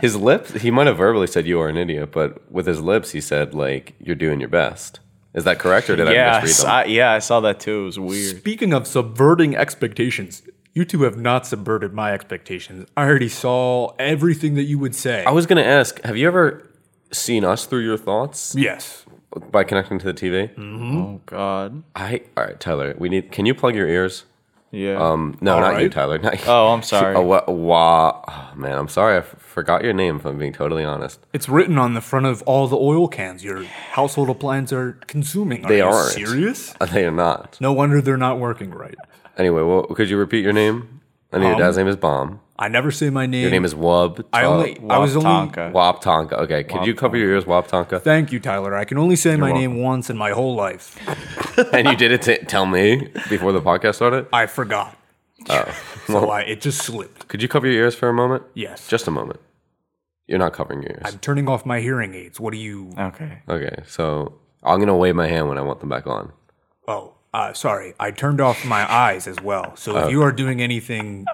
His lips. He might have verbally said you are an idiot, but with his lips, he said like you're doing your best. Is that correct, or did I
Yes,
misread them?
I, yeah, I saw that too. It was weird.
Speaking of subverting expectations, you two have not subverted my expectations. I already saw everything that you would say.
I was going to ask, have you ever seen us through your thoughts
yes.
by connecting to the TV?
Mm.
Oh God.
I all right, Tyler. We need. Can you plug your ears?
Yeah.
Um, no, not you,
right.
Tyler. Not you.
Oh, I'm sorry.
Oh, wha- wha- oh, man, I'm sorry. I f- forgot your name. If I'm being totally honest,
It's written on the front of all the oil cans your household appliances are consuming. Are
They
you
aren't.
serious?
they are not.
No wonder they're not working right.
Anyway, well, could you repeat your name? I know your dad's name is Bomb.
I never say my name.
Your name is Wub.
Um,
uh,
I only I was only
Tonka.
Wop Tonka. Okay, could you cover your ears, Wop Tonka?
Thank you, Tyler. I can only say my name once in my whole life.
and you did it to tell me before the podcast started.
I forgot. so I, it just slipped.
Could you cover your ears for a moment?
Yes.
Just a moment. You're not covering your ears.
I'm turning off my hearing aids. What do you
okay.
Okay, so I'm gonna wave my hand when I want them back on. Oh.
Oh, uh, sorry. I turned off my eyes as well. So if you are doing anything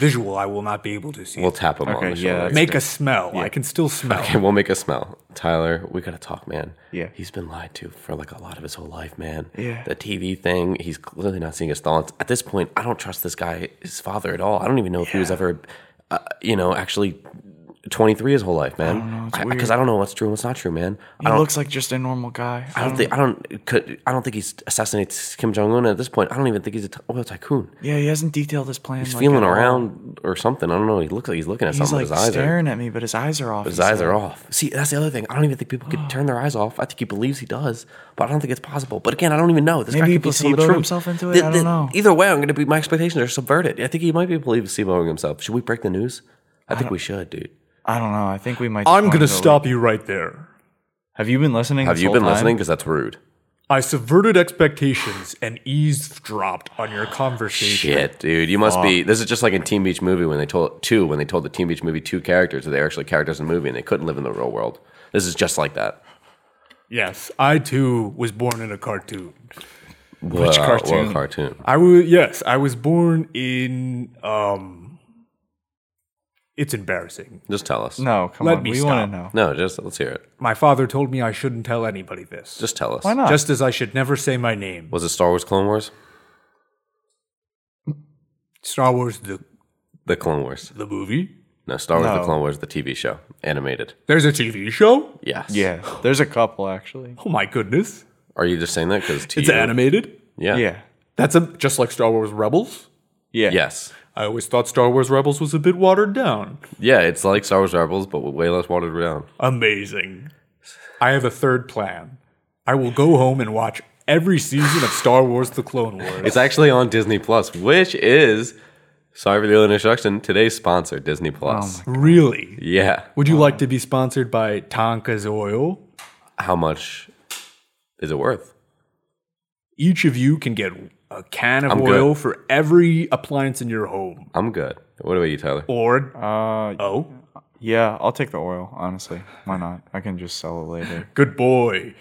Visual, I will not be able to see.
We'll tap him on
Okay,
the
yeah,
shoulder.
that's-
Make a smell. I can still smell.
Okay, we'll make a smell. Tyler, we gotta talk, man.
Yeah.
He's been lied to for like a lot of his whole life, man.
Yeah.
The TV thing, he's clearly not seeing his thoughts. At this point, I don't trust this guy, his father, at all. I don't even know if he was ever, uh, you know, actually 23 his whole life, man. Because I, don't know what's true and what's not true, man. I
He
don't,
looks like just a normal guy.
I don't think I don't could, I don't think he's assassinates Kim Jong Un at this point. I don't even think he's a t- oil tycoon.
Yeah, he hasn't detailed his plan.
He's
like,
feeling
at all.
around or something. I don't know. He looks like he's looking at
Oh He's
something. with
like
his eyes are-
staring at me, but his eyes are off.
his eyes are off. See, that's the other thing. I don't even think people could turn their eyes off. I think he believes he does, but I don't think it's possible. But again, I don't even know. This guy
Maybe
could
he
be telling the
placeboed
truth.
himself into it?
Th-
I don't
th-
know.
Either way, I'm going to be my expectations are subverted. I think he might be placeboing himself. Should we break the news? I, think we should, dude.
I don't know. I think we might. just
I'm
wanna
going to
go-
stop you right there.
Have you been listening?
Have
this
you
whole
been
time?
listening? Because that's rude.
I subverted expectations and eavesdropped on your conversation.
Shit, dude. You must be. This is just like in Teen Beach Movie when they told two when they told the Teen Beach Movie two characters that they're actually characters in the movie and they couldn't live in the real world. This is just like that.
Yes, I too was born in a cartoon.
Which
cartoon?
cartoon?
I was yes, I was born in um it's embarrassing.
Just tell us.
No, come
Let
on.
me
we want
stop.
to know.
No, just let's hear it.
My father told me I shouldn't tell anybody this.
Just tell us.
Why not?
Just as I should never say my name.
Was it Star Wars Clone Wars?
Star Wars the
The Clone Wars.
the movie?
No, Star Wars The
No.
Clone Wars, the TV show, animated.
There's a TV show?
Yes.
yeah, there's a couple actually.
Oh my goodness.
Are you just saying that because
It's animated?
Yeah.
Yeah,
That's a just like Star Wars Rebels.
yeah,
Yes.
I always thought Star Wars Rebels was a bit watered down.
Yeah, it's like Star Wars Rebels, but with way less watered down.
Amazing. I have a third plan. I will go home and watch every season of Star Wars The Clone Wars.
It's actually on Disney Plus, which is sorry for the early introduction. Today's sponsor, Disney
Oh
Plus.
Really?
yeah.
Would you like to be sponsored by Tonka's Oil?
How much is it worth?
Each of you can get a can of
I'm good.
oil for every appliance in your home.
I'm good. What about you, Tyler?
Or
Uh,
oh,
yeah. I'll take the oil. Honestly, why not? I can just sell it later.
good boy.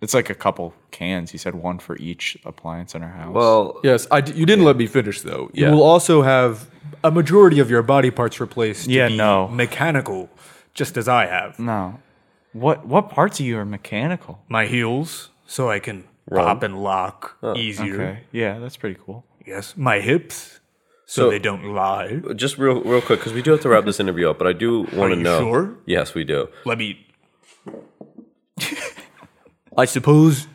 It's like a couple cans. He said one for each appliance in our house.
Well,
Yes, I d- you didn't let me finish though. You
Yeah.
will also have a majority of your body parts replaced. to
Yeah,
be
no.
mechanical, just as I have
no. What what parts of you are mechanical?
my heels, so I can pop and lock easier.
Okay. Yeah, that's pretty cool.
Yes, my hips, so,
So-
they don't lie.
just real, real quick, because we do have to wrap this interview up, but I do want to
you
know.
sure?
Yes, we do.
Let me. I suppose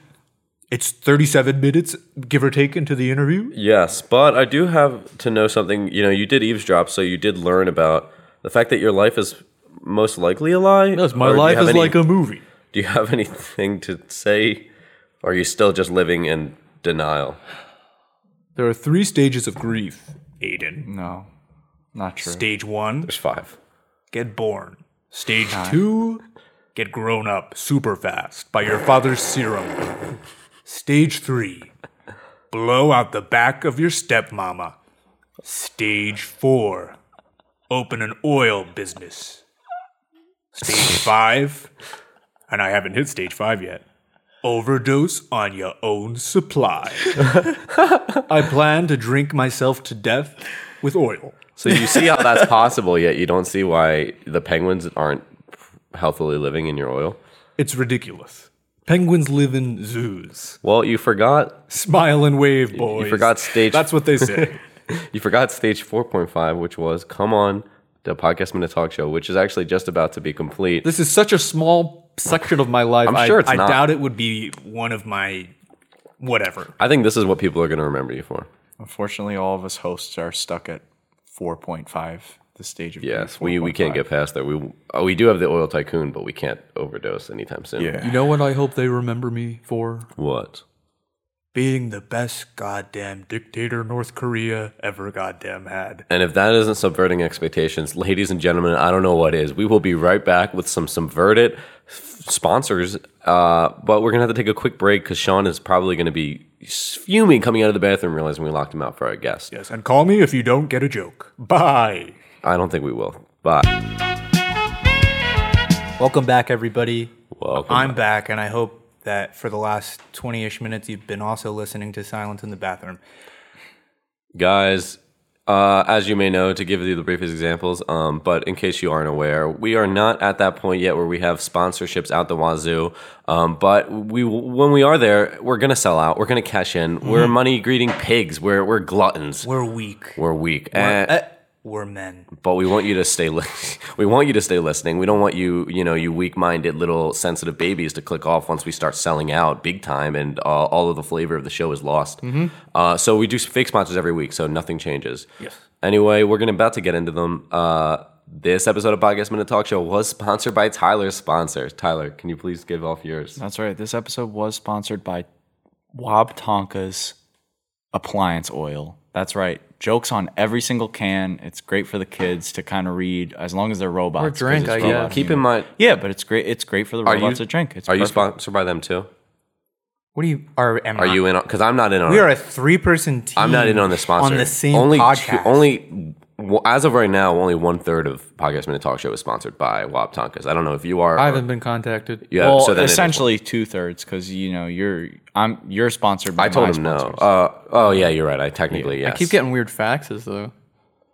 it's 37 minutes, give or take, into the interview.
Yes, but I do have to know something. You know, you did eavesdrop, so you did learn about the fact that your life is most likely a lie.
Yes, my
Or do you
life
have
is
any-
like a movie.
Do you have anything to say? Or are you still just living in denial?
There are three stages of grief, Aiden.
No, not true.
Stage one,
There's five.
get born. Stage two, get grown up super fast by your father's serum. Stage three, blow out the back of your stepmama. Stage four, open an oil business. Stage five, and I haven't hit stage five yet. Overdose on your own supply. I plan to drink myself to death with oil.
So you see how that's possible, yet you don't see why the penguins aren't healthily living in your oil.
It's ridiculous. Penguins live in zoos.
Well, you forgot
Smile and wave, boys.
forgot stage-
That's what they say.
you forgot stage four point five, which was come on the podcast minute talk show, which is actually just about to be complete.
this is such a small section of my life.
I'm
I-
sure it's
I,
not.
doubt it would be one of my whatever.
I think this is what people are going to remember you for.
Unfortunately, all of us hosts are stuck at 4.5, the stage of
Yes,
grief,
we, we can't
4.5.
get past that. We oh, we do have the oil tycoon, but we can't overdose anytime soon.
Yeah.
know what I hope they remember me for?
What?
Being the best goddamn dictator North Korea ever goddamn had.
And if that isn't subverting expectations, ladies and gentlemen, I don't know what is. We will be right back with some subverted f- sponsors, uh, but we're gonna have to take a quick break because Sean is probably gonna be fuming coming out of the bathroom, realizing we locked him out for our guest.
Yes, and call me if you don't get a joke. Bye.
I don't think we will. Bye.
Welcome back, everybody.
Welcome.
I'm back, and I hope that for the last 20 ish minutes, you've been also listening to Silence in the Bathroom.
guys Uh, as you may know, to give you the briefest examples, um, but in case you aren't aware, we are not at that point yet where we have sponsorships out the wazoo. Um, but we, when we are there, we're gonna sell out. We're gonna cash in. We're money greeting pigs. We're we're gluttons. We're,
We're weak.
weak. And-
Eh, we're men.
but we want you to stay li- we want you to stay listening we don't want you you know you weak-minded little sensitive babies to click off once we start selling out big time and uh, all of the flavor of the show is lost uh, so we do fake sponsors every week so nothing changes yes anyway we're gonna about to get into them uh, this episode of podcast minute talk show was sponsored by tyler's sponsor tyler can you please give off yours
That's right. This episode was sponsored by Wab Tonka's appliance oil. That's right. Jokes on every single can. It's great for the kids to kind of read as long as they're robots. 'cause
drink,
it's
I
robot
guess.
keep
humor.
in mind
Yeah, but it's great. It's great for the
Are
robots
you-
to drink. It's
are you
perfect.
sponsored by them too
What do you are? Am
are you in because i'm not in on
We
it.
are a three-person team.
I'm not in on the sponsor.
On the same
only two-
podcast.
only well, as of right now, only one third of podcast minute talk show is sponsored by Wab Tonkas. I don't know if you are.
I
or-
haven't been contacted.
yeah.
Well,
so then it is-
essentially two thirds because you know you're I'm you're sponsored. by
I told
my
him no.
sponsors.
Uh, oh yeah, you're right. I technically yes.
I keep getting weird faxes though,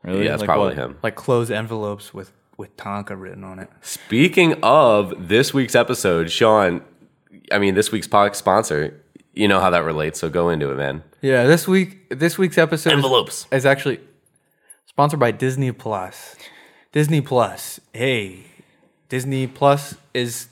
Really?
Yeah, that's
Like
probably
what?
him.
like closed envelopes with with Tonka written on it.
Speaking of this week's episode, Sean, I mean this week's pod sponsor. You know how that relates, so go into it, man.
Yeah, this week this week's episode is-
Envelopes.
is, actually sponsored by Disney Plus. Disney Plus. Hey, Disney Plus is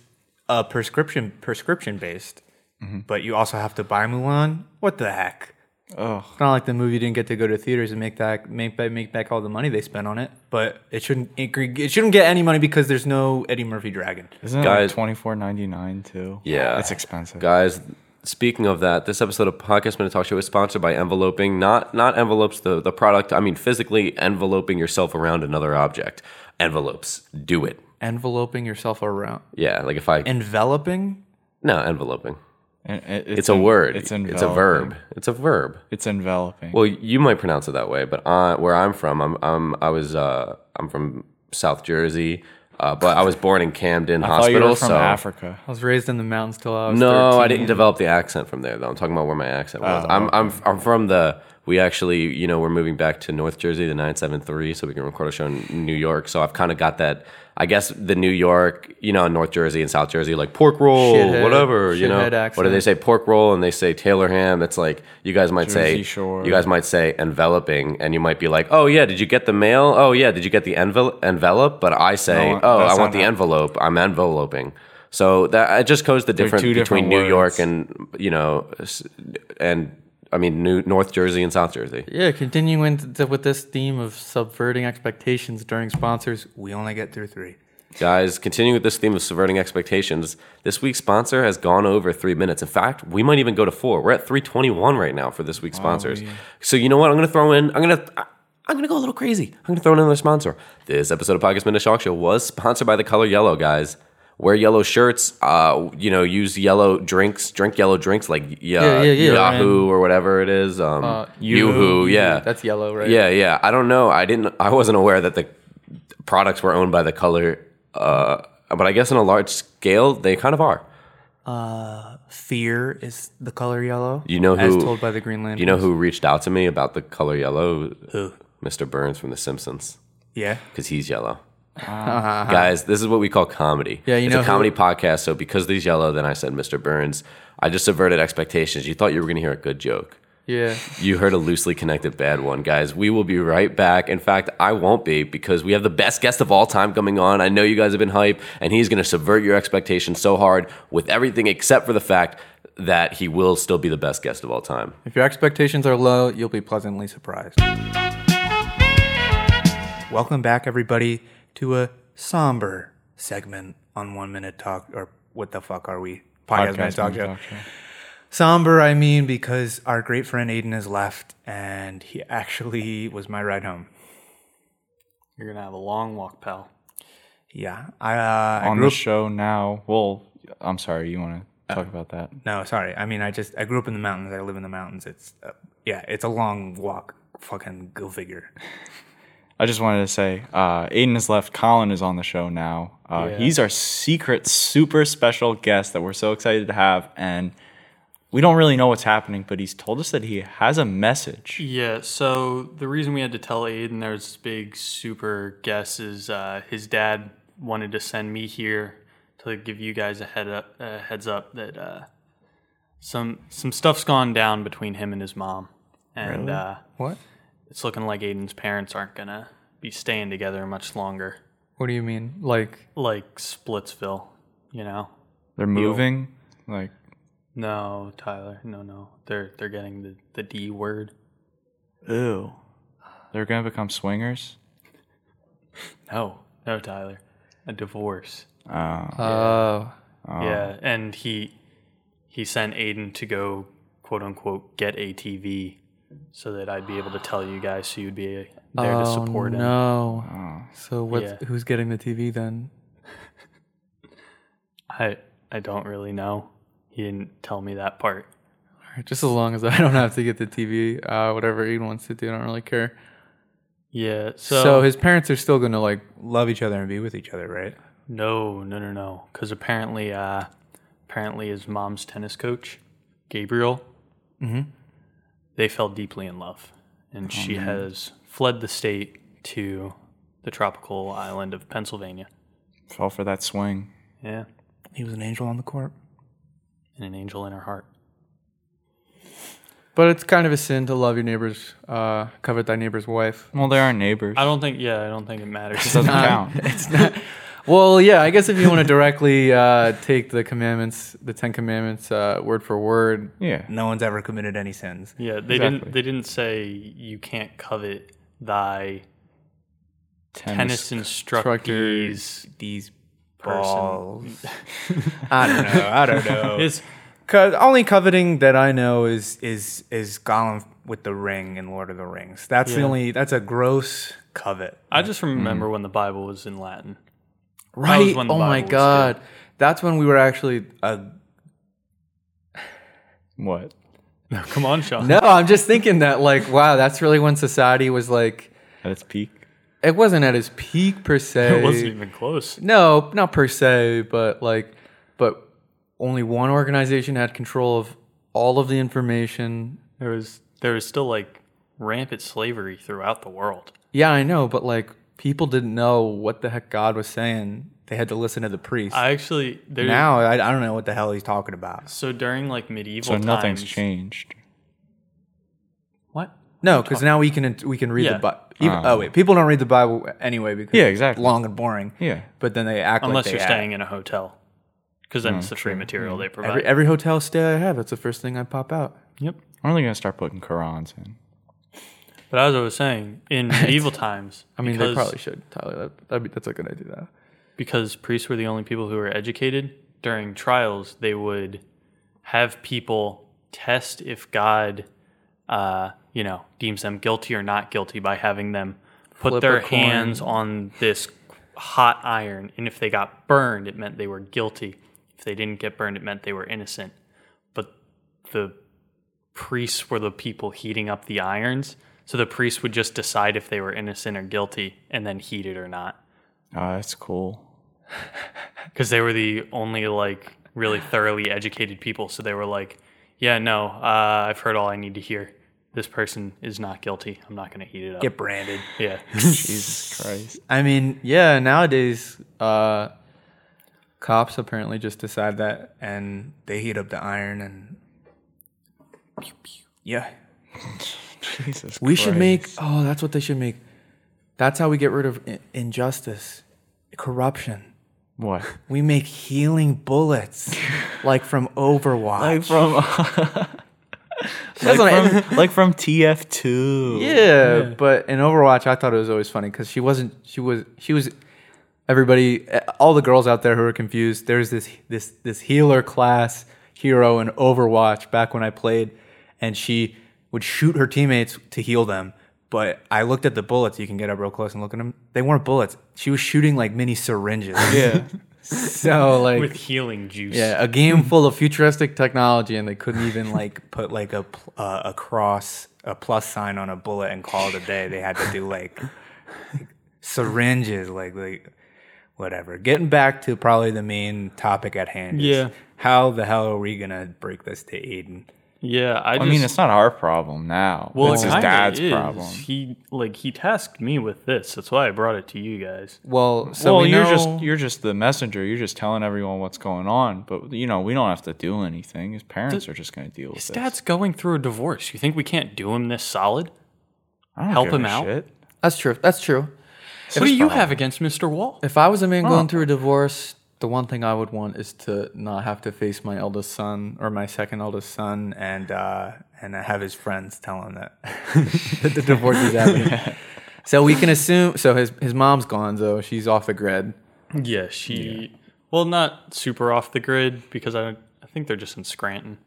a prescription prescription based, but you also have to buy Mulan. What the heck?
Ugh.
It's not like the movie didn't get to go to theaters and make that make back make back all the money they spent on it, but it shouldn't incre- it shouldn't get any money because there's no Eddie Murphy dragon.
Isn't it
Guys-
like twenty four ninety nine too?
Yeah.
it's expensive.
Guys, speaking of that, this episode of Podcast Minute Talk Show is sponsored by enveloping, not not envelopes the, the product, I mean physically enveloping yourself around another object. Envelopes. Do it.
Enveloping yourself around,
Yeah, like if I
enveloping.
No, enveloping.
And it-
It's a
en-
word.
It's
It's,
enveloping.
a verb. It's a verb.
It's enveloping.
Well, you might pronounce it that way, but uh, where I'm from, I'm, I'm I was uh, I'm from South Jersey, uh, but I was born in Camden
I thought
Hospital.
you were from
so
Africa.
I was raised in the mountains till I was
No, I
13.
didn't develop the accent from there though. I'm talking about where my accent was. I'm,
Oh.
I'm I'm from the. We actually, you know, we're moving back to North Jersey, the nine seven three, so we can record a show in New York. So I've kind of got that. I guess the New York, you know, North Jersey and South Jersey, like pork roll,
Shithead-
whatever, you know.
shithead
What do they
accent.
say? Pork roll, and they say Taylor ham. It's like you guys might say,
Jersey Shore.
you guys might say enveloping, and you might be like, oh yeah, did you get the mail? Oh yeah, did you get the envelope? Envelope, but I say,
No,
oh, I
that's
want
not
the
how-
envelope. I'm enveloping. So that it just goes the difference
two
between
different
New York
words.
and you know, s- and I mean New North Jersey and South Jersey.
Yeah, continuing th- th- with this theme of subverting expectations during sponsors, we only get through three.
Guys, continuing with this theme of subverting expectations, this week's sponsor has gone over three minutes. In fact, we might even go to four. We're at three twenty one right now for this week's
Oh,
sponsors. So you know what? I'm gonna throw in. I'm gonna. I- I'm gonna go a little crazy. I'm gonna throw in another sponsor. This episode of Podcast Minute Shock Show was sponsored by the color yellow, guys. Wear yellow shirts. Uh, you know, use yellow drinks. Drink yellow drinks like yeah,
yeah, yeah. uh,
Yahoo or whatever it is. Um, Yoo-hoo, yeah,
That's yellow, right?
yeah, yeah. I don't know. I didn't. I wasn't aware that the products were owned by the color. Uh, but I guess on a large scale, they kind of are.
Fear is the color yellow.
You know who?
As told by the Green Lantern.
You know who reached out to me about the color yellow? Who? Mr. Burns from The Simpsons,
Yeah.
because he's yellow. Guys, this is what we call comedy.
Ah. Yeah, you
it's
know
a
who-
comedy podcast. So because he's yellow, then I said Mr. Burns. I just subverted expectations. You thought you were going to hear a good joke.
Yeah.
You heard a loosely connected bad one, guys. We will be right back. In fact, I won't be because we have the best guest of all time coming on. I know you guys have been hype, and he's going to subvert your expectations so hard with everything except for the fact that he will still be the best guest of all time.
If your expectations are low, you'll be pleasantly surprised. Welcome back, everybody, to a somber segment on One Minute Talk, or what the fuck are we? Podcast, Minute Talk Show. Somber, I mean, because our great friend Aiden has left, and he actually was my ride home.
You're gonna have a long walk, pal.
Yeah, I, uh, I
on
grew
the
up.
show now. Well, I'm sorry. You want to talk about that?
no, sorry. I mean, I just I grew up in the mountains. I live in the mountains. It's uh, yeah, it's a long walk. Fucking go figure.
I just wanted to say, uh, Aiden has left. Colin is on the show now. Uh, He's our secret, super special guest that we're so excited to have, and we don't really know what's happening, but he's told us that he has a message.
Yeah, so the reason we had to tell Aiden there was this big super guess is uh, his dad wanted to send me here to give you guys a head up, uh, heads up that uh, some some stuff's gone down between him and his mom, and uh,
What?
it's looking like Aiden's parents aren't gonna be staying together much longer,
What do you mean? Like,
like Splitsville, you know?
They're moving. Like
No, Tyler, no, no, they're they're getting the the D word.
ew, they're gonna become swingers.
No, no, Tyler, a divorce.
Uh,
oh,
Yeah, and he he sent Aiden to go quote unquote get ATV so that I'd be able to tell you guys so you'd be there to support him.
no.
Oh.
So what's,
Yeah.
who's getting the TV then?
I I don't really know. He didn't tell me that part.
All right, just as long as I don't have to get the TV, uh, whatever Eden wants to do, I don't really care.
Yeah.
So,
So,
his parents are still going to like love each other and be with each other, right?
no, no, no, no. Because apparently, uh, apparently his mom's tennis coach, Gabriel, Mm-hmm. they fell deeply in love, and she has fled the state to the tropical island of Pennsylvania.
Fall for that swing.
Yeah,
He was an angel on the court.
and an angel in her heart.
But it's kind of a sin to love your neighbor's, uh, covet thy neighbor's wife.
Well, they're our neighbors.
I don't think. Yeah, I don't think it matters.
doesn't count.
Well, yeah, I guess if you want to directly uh, take the commandments, the Ten Commandments, uh, word for word,
Yeah.
no one's ever committed any sins.
yeah, they
Exactly.
didn't. They didn't say you can't covet thy tennis, instructor's
These
person.
I don't know. I don't know.
It's
Cause only coveting that I know is is is Gollum with the ring in Lord of the Rings. That's the
Yeah.
only. That's a gross covet.
I just remember when the Bible was in Latin. was
Right.
when the
Oh my
Bible was
God. That's when we were actually. Uh,
What?
Come on, Sean.
no, I'm just thinking that like, wow, that's really when society was like.
At its peak.
It wasn't at its peak per se.
It wasn't even close.
No, not per se, but like, but only one organization had control of all of the information.
There was there was still like rampant slavery throughout the world.
Yeah, I know, but like, people didn't know what the heck God was saying. They had to listen to the priest.
I actually there
now I, I don't know what the hell he's talking about.
So during like medieval
So
times,
nothing's changed.
What?
No, because now we can we can read
Yeah.
the Bible. oh wait, people don't read the Bible anyway because
Yeah,
it's
exactly.
long and boring.
Yeah.
but then they act like
Unless
they Mm.
you're
have.
staying in a hotel, because then it's the free material they provide.
Every, every hotel stay I have, that's the first thing I pop out.
yep.
I'm only gonna start putting Qurans in.
But as I was saying, in medieval times,
I mean, they
because-
probably should, Tyler. That, that'd be, that's a good idea. Though.
because priests were the only people who were educated during trials they would have people test if god uh, you know deems them guilty or not guilty by having them put
Flip a
their
coin.
hands on this hot iron and if they got burned it meant they were guilty if they didn't get burned it meant they were innocent but the priests were the people heating up the irons so the priests would just decide if they were innocent or guilty and then heat it or not
Ah, that's cool.
because they were the only like really thoroughly educated people. So they were like, "Yeah, no, uh, I've heard all I need to hear. This person is not guilty. I'm not going to heat it up."
Get branded.
Yeah,
Jesus Christ.
I mean, yeah, nowadays, uh, cops apparently just decide that and they heat up the iron and. Yeah.
Jesus
We should make, oh, that's what they should make. That's how we get rid of i- injustice, corruption.
What?
We make healing bullets, like from Overwatch.
from
That's what I-
like from, like from TF2.
yeah, but in Overwatch, I thought it was always funny because she wasn't. She was. She was. Everybody, eh, all the girls out there who are confused. There's this this this healer class hero in Overwatch back when I played, and she would shoot her teammates to heal them. But I looked at the bullets. You can get up real close and look at them. They weren't bullets. She was shooting like mini syringes.
Yeah.
so like
with healing juice.
yeah, a game full of futuristic technology, and they couldn't even like put like a pl- uh, a cross, a plus sign on a bullet and call it a day. They had to do like syringes, like like whatever. Getting back to probably the main topic at hand. is
Yeah.
how the hell are we gonna break this to Aiden?
Yeah, I,
I
just,
mean, it's not our problem now.
well,
it's
it
his
kinda
dad's
is.
problem.
He like he tasked me with this. That's why I brought it to you guys.
Well, so
well,
we
you're
know-
just you're just the messenger. You're just telling everyone what's going on. But you know, we don't have to do anything. His parents are just going to deal with
His
it.
dad's going through a divorce. You think we can't do him this solid?
I don't
help
give
him
a
out.
shit.
that's true. That's true.
what do you have against Mr. Wall?
If I was a man going through a divorce, the one thing I would want is to not have to face my eldest son or my second eldest son, and uh, and have his friends tell him that that the divorce is happening. So we can assume. So his his mom's gone, so she's off the grid.
Yeah, she. Well, not super off the grid because I I think they're just in Scranton.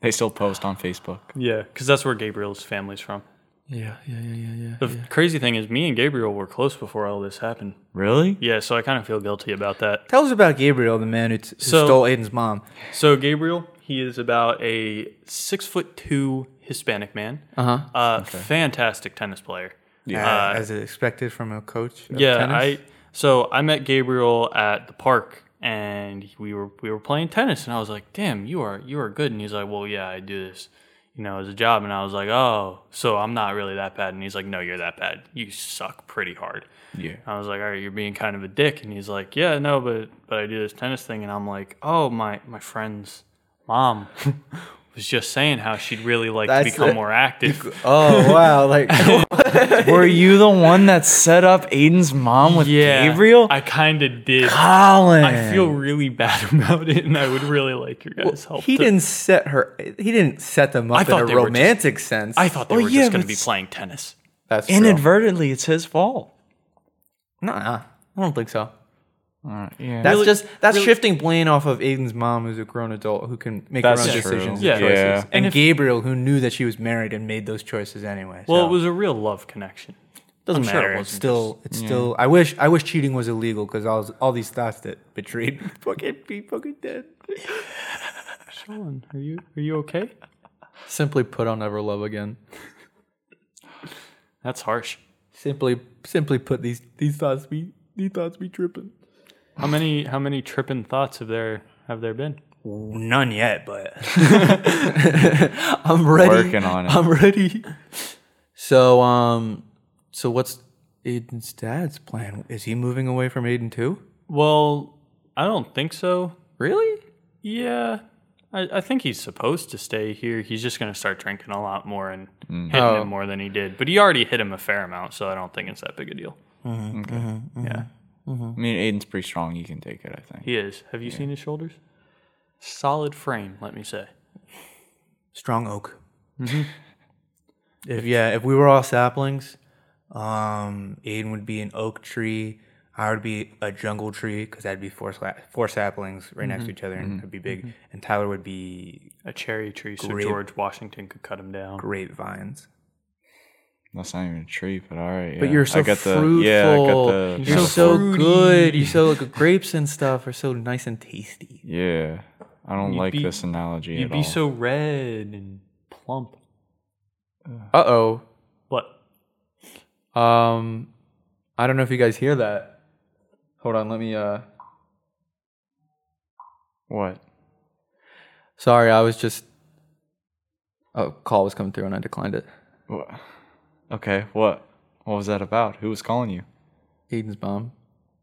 They still post on Facebook.
Yeah, because that's where Gabriel's family's from.
Yeah, yeah, yeah, yeah, yeah.
The f- crazy thing is, me and Gabriel were close before all this happened.
Really?
Yeah, so I kind of feel guilty about that.
Tell us about Gabriel, the man who, t- who
So-
stole Aiden's mom.
So Gabriel, he is about a six foot two Hispanic man. Uh-huh. Fantastic tennis player.
Yeah, as expected from a coach. of
yeah,
tennis.
I so I met Gabriel at the park and we were we were playing tennis and I was like, "Damn, you are you are good." And he's like, "Well, yeah, I do this, you know, as a job." And I was like, "Oh, so I'm not really that bad." And he's like, "No, you're that bad. You suck pretty hard."
Yeah.
I was like, "All right, you're being kind of a dick." And he's like, "Yeah, no, but but I do this tennis thing." And I'm like, "Oh, my my friend's mom was just saying how she'd really like to
That's
become
it.
more active."
Oh wow! Like
Were you the one that set up Aiden's mom with
yeah,
Gabriel?
I kind of did.
Colin.
I feel really bad about it, and I would really like your guys' help.
he
to-
didn't set her. He didn't set them
Oh, I
up in
thought
a
they were just-
romantic sense.
I thought they
Well,
were
yeah,
just going
but
to be
it's-
playing tennis.
that's true.
inadvertently. It's his fault.
Nah, I don't think so.
yeah.
That's
Really-
just that's
really-
shifting blame off of Aiden's mom, who's a grown adult who can make
That's
her own
true.
decisions
Yeah.
and choices,
Yeah.
and, Gabriel, who knew that she was married and made those choices anyway.
Well,
so.
it was a real love connection.
doesn't
I'm sure
matter. it's
it wasn't
still it's still. I wish I wish cheating was illegal because all all these thoughts that betrayed fucking be fucking dead.
Sean, are you are you okay?
Simply put, I'll never love again.
That's harsh.
Simply simply put, these these thoughts be these thoughts be tripping.
How many how many tripping thoughts have there have there been?
None yet, but I'm ready.
Working on it.
I'm ready. So, um, so what's Aiden's dad's plan? Is he moving away from Aiden too?
Well, I don't think so.
Really?
Yeah. I, I think he's supposed to stay here. He's just going to start drinking a lot more and
Mm.
hitting
Oh.
him more than he did. But he already hit him a fair amount, so I don't think it's that big a deal. Yeah,
I mean, Aiden's pretty strong. He can take it. I think.
he is. Have you seen his shoulders? Solid frame, let me say.
Strong oak. if yeah, if we were all saplings, um, Aiden would be an oak tree. I would be a jungle tree because that'd be four sla- four saplings right next to each other and it'd be big. And Tyler would be
A cherry tree, so
Grape.
George Washington could cut him down.
grapevines.
That's not even a tree, but all right.
But
yeah.
you're so
I got
fruitful.
The, yeah, I got the.
you're so good. You so like grapes and stuff are so nice and tasty.
Yeah, I don't like
be-
this analogy
You'd
at
be
all.
so red and plump.
Uh oh.
But
Um, I don't know if you guys hear that. Hold on, let me. Uh,
what?
sorry, I was just. A call was coming through and I declined it.
what? Okay, what? What was that about? Who was calling you?
Aiden's mom.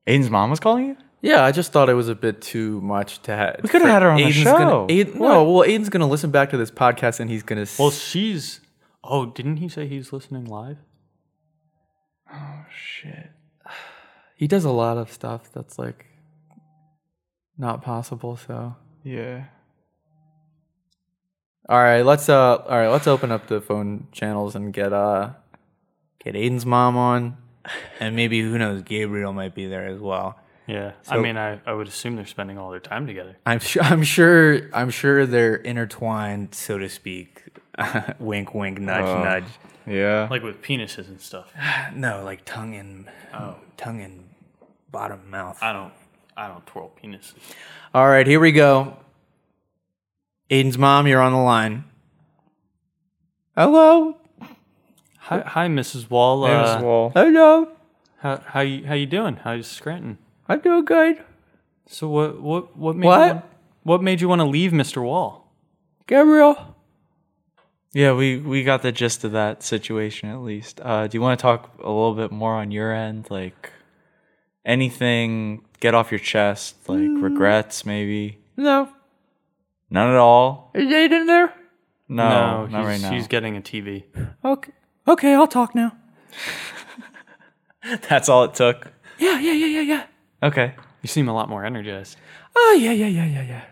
Aiden's mom was calling you.
Yeah, I just thought it was a bit too much to have. We
coulda had her on the show.
Gonna, Aiden, no, well, Aiden's gonna listen back to this podcast and he's gonna.
well,
Well,
she's. Oh, didn't he say he's listening live?
Shit.
he does a lot of stuff that's like not possible. So,
Yeah.
all right, let's uh, all right, let's open up the phone channels and get uh, get Aiden's mom on, and maybe who knows, Gabriel might be there as well.
Yeah. I mean, I, I would assume they're spending all their time together.
I'm sure. I'm sure. I'm sure they're intertwined, so to speak. wink, wink, nudge,
Oh.
nudge.
Yeah.
Like with penises and stuff.
No, like tongue and tongue and bottom mouth.
Oh. I don't. I don't twirl penises.
All right, here we go. Aiden's mom, you're on the line. Hello,
Hi, hi Mrs. Wall.
Mrs.
uh,
Wall.
hello.
How how you how you doing? How's Scranton?
I'm doing good.
So what what what made
What?
You want, what made you want to leave Mr. Wall?
Gabriel.
Yeah, we, we got the gist of that situation at least. Uh, do you want to talk a little bit more on your end? Like anything, get off your chest, like regrets maybe?
Mm. No,
None at all?
is Aiden in there? Oh,
No,
he's,
not right now.
he's getting a TV.
Okay, okay, I'll talk now.
That's all it took.
Yeah, yeah, yeah, yeah, yeah.
Okay.
You seem a lot more energized.
Oh, yeah, yeah, yeah, yeah, yeah.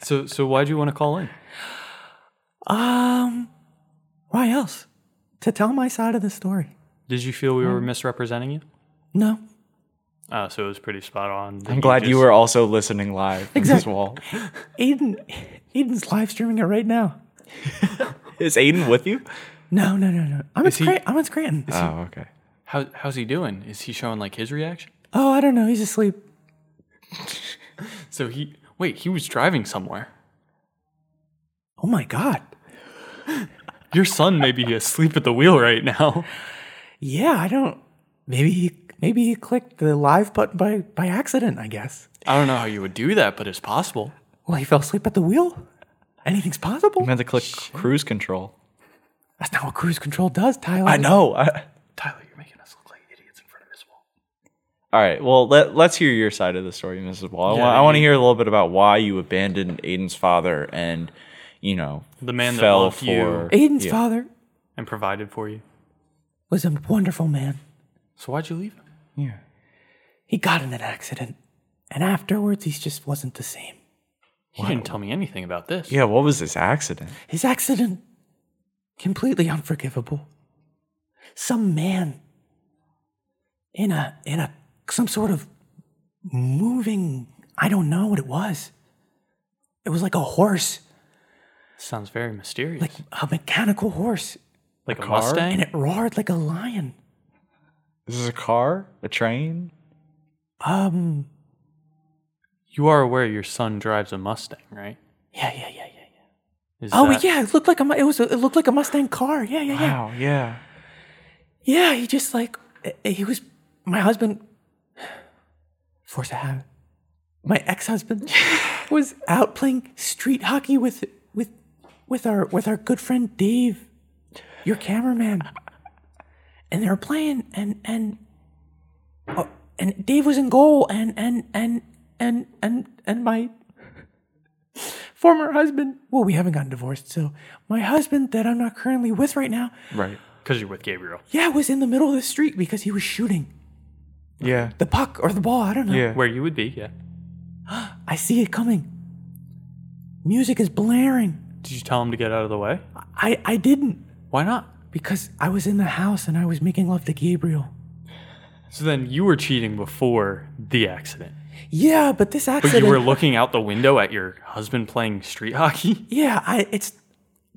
So so why'd you want to call in?
Um, why else? To tell my side of the story.
Did you feel we were misrepresenting you?
No,
Uh, so it was pretty spot on. that
I'm glad you
just-
were also listening live. Exactly. Wall.
Aiden, Aiden's live streaming it right now.
Is Aiden with you?
No, no, no, no. I'm in,
he- Uh.
Scran- I'm in Scranton.
Oh, okay.
How, how's he doing? Is he showing like his reaction?
oh, I don't know. He's asleep.
So he wait, he was driving somewhere.
Oh my god.
Your son may be asleep at the wheel right now.
Yeah, I don't. Maybe he maybe he clicked the live button by by accident. I guess.
I don't know how you would do that, but it's possible.
Well, he fell asleep at the wheel. Anything's possible.
I meant to click cruise control.
That's not what cruise control does, Tyler.
I know. I-
Tyler, you're making us look like idiots in front of Miss Wall.
All right. Well, let, let's hear your side of the story, Mrs. Wall. I
Yeah,
want, I
you-
want to hear a little bit about why you abandoned Aiden's father and, you know,
The man that
fell
loved
for
you.
Aiden's father
And provided for you.
was a wonderful man.
So why'd you leave him?
Yeah.
He got in an accident, and afterwards he just wasn't the same.
He didn't tell me anything about this.
Yeah. What was this accident?
His accident completely unforgivable. Some man in a in a some sort of moving I don't know what it was. It was like a horse,
Sounds very mysterious.
like
Like,
a mechanical horse,
a,
car?
Mustang?
and it roared like a lion.
This is a car, a train.
Um
You are aware your son drives a Mustang, right?
yeah, yeah, yeah, yeah. yeah.
Is
Oh
that-
yeah, it looked like a mu- it was a, it looked like a Mustang car. Yeah, yeah, yeah.
Oh,
Wow. Yeah.
Yeah, he just like eh, he was my husband. Force of habit. My ex-husband was out playing street hockey with with with our with our good friend Dave, your cameraman. And they were playing, and and oh, and Dave was in goal, and and and and and and my former husband. Well, we haven't gotten divorced, so my husband that I'm not currently with right now
Right.
Because you're with Gabriel.
yeah, it was in the middle of the street because he was shooting
Yeah.
the puck or the ball. I don't know.
Yeah.
Where you would be, yeah.
I see it coming. Music is blaring.
Did you tell him to get out of the way?
I, I didn't
Why not?
because I was in the house and I was making love to Gabriel.
So then you were cheating before the accident.
Yeah, but this
But
accident.
you were looking out the window at your husband playing street hockey?
yeah, I it's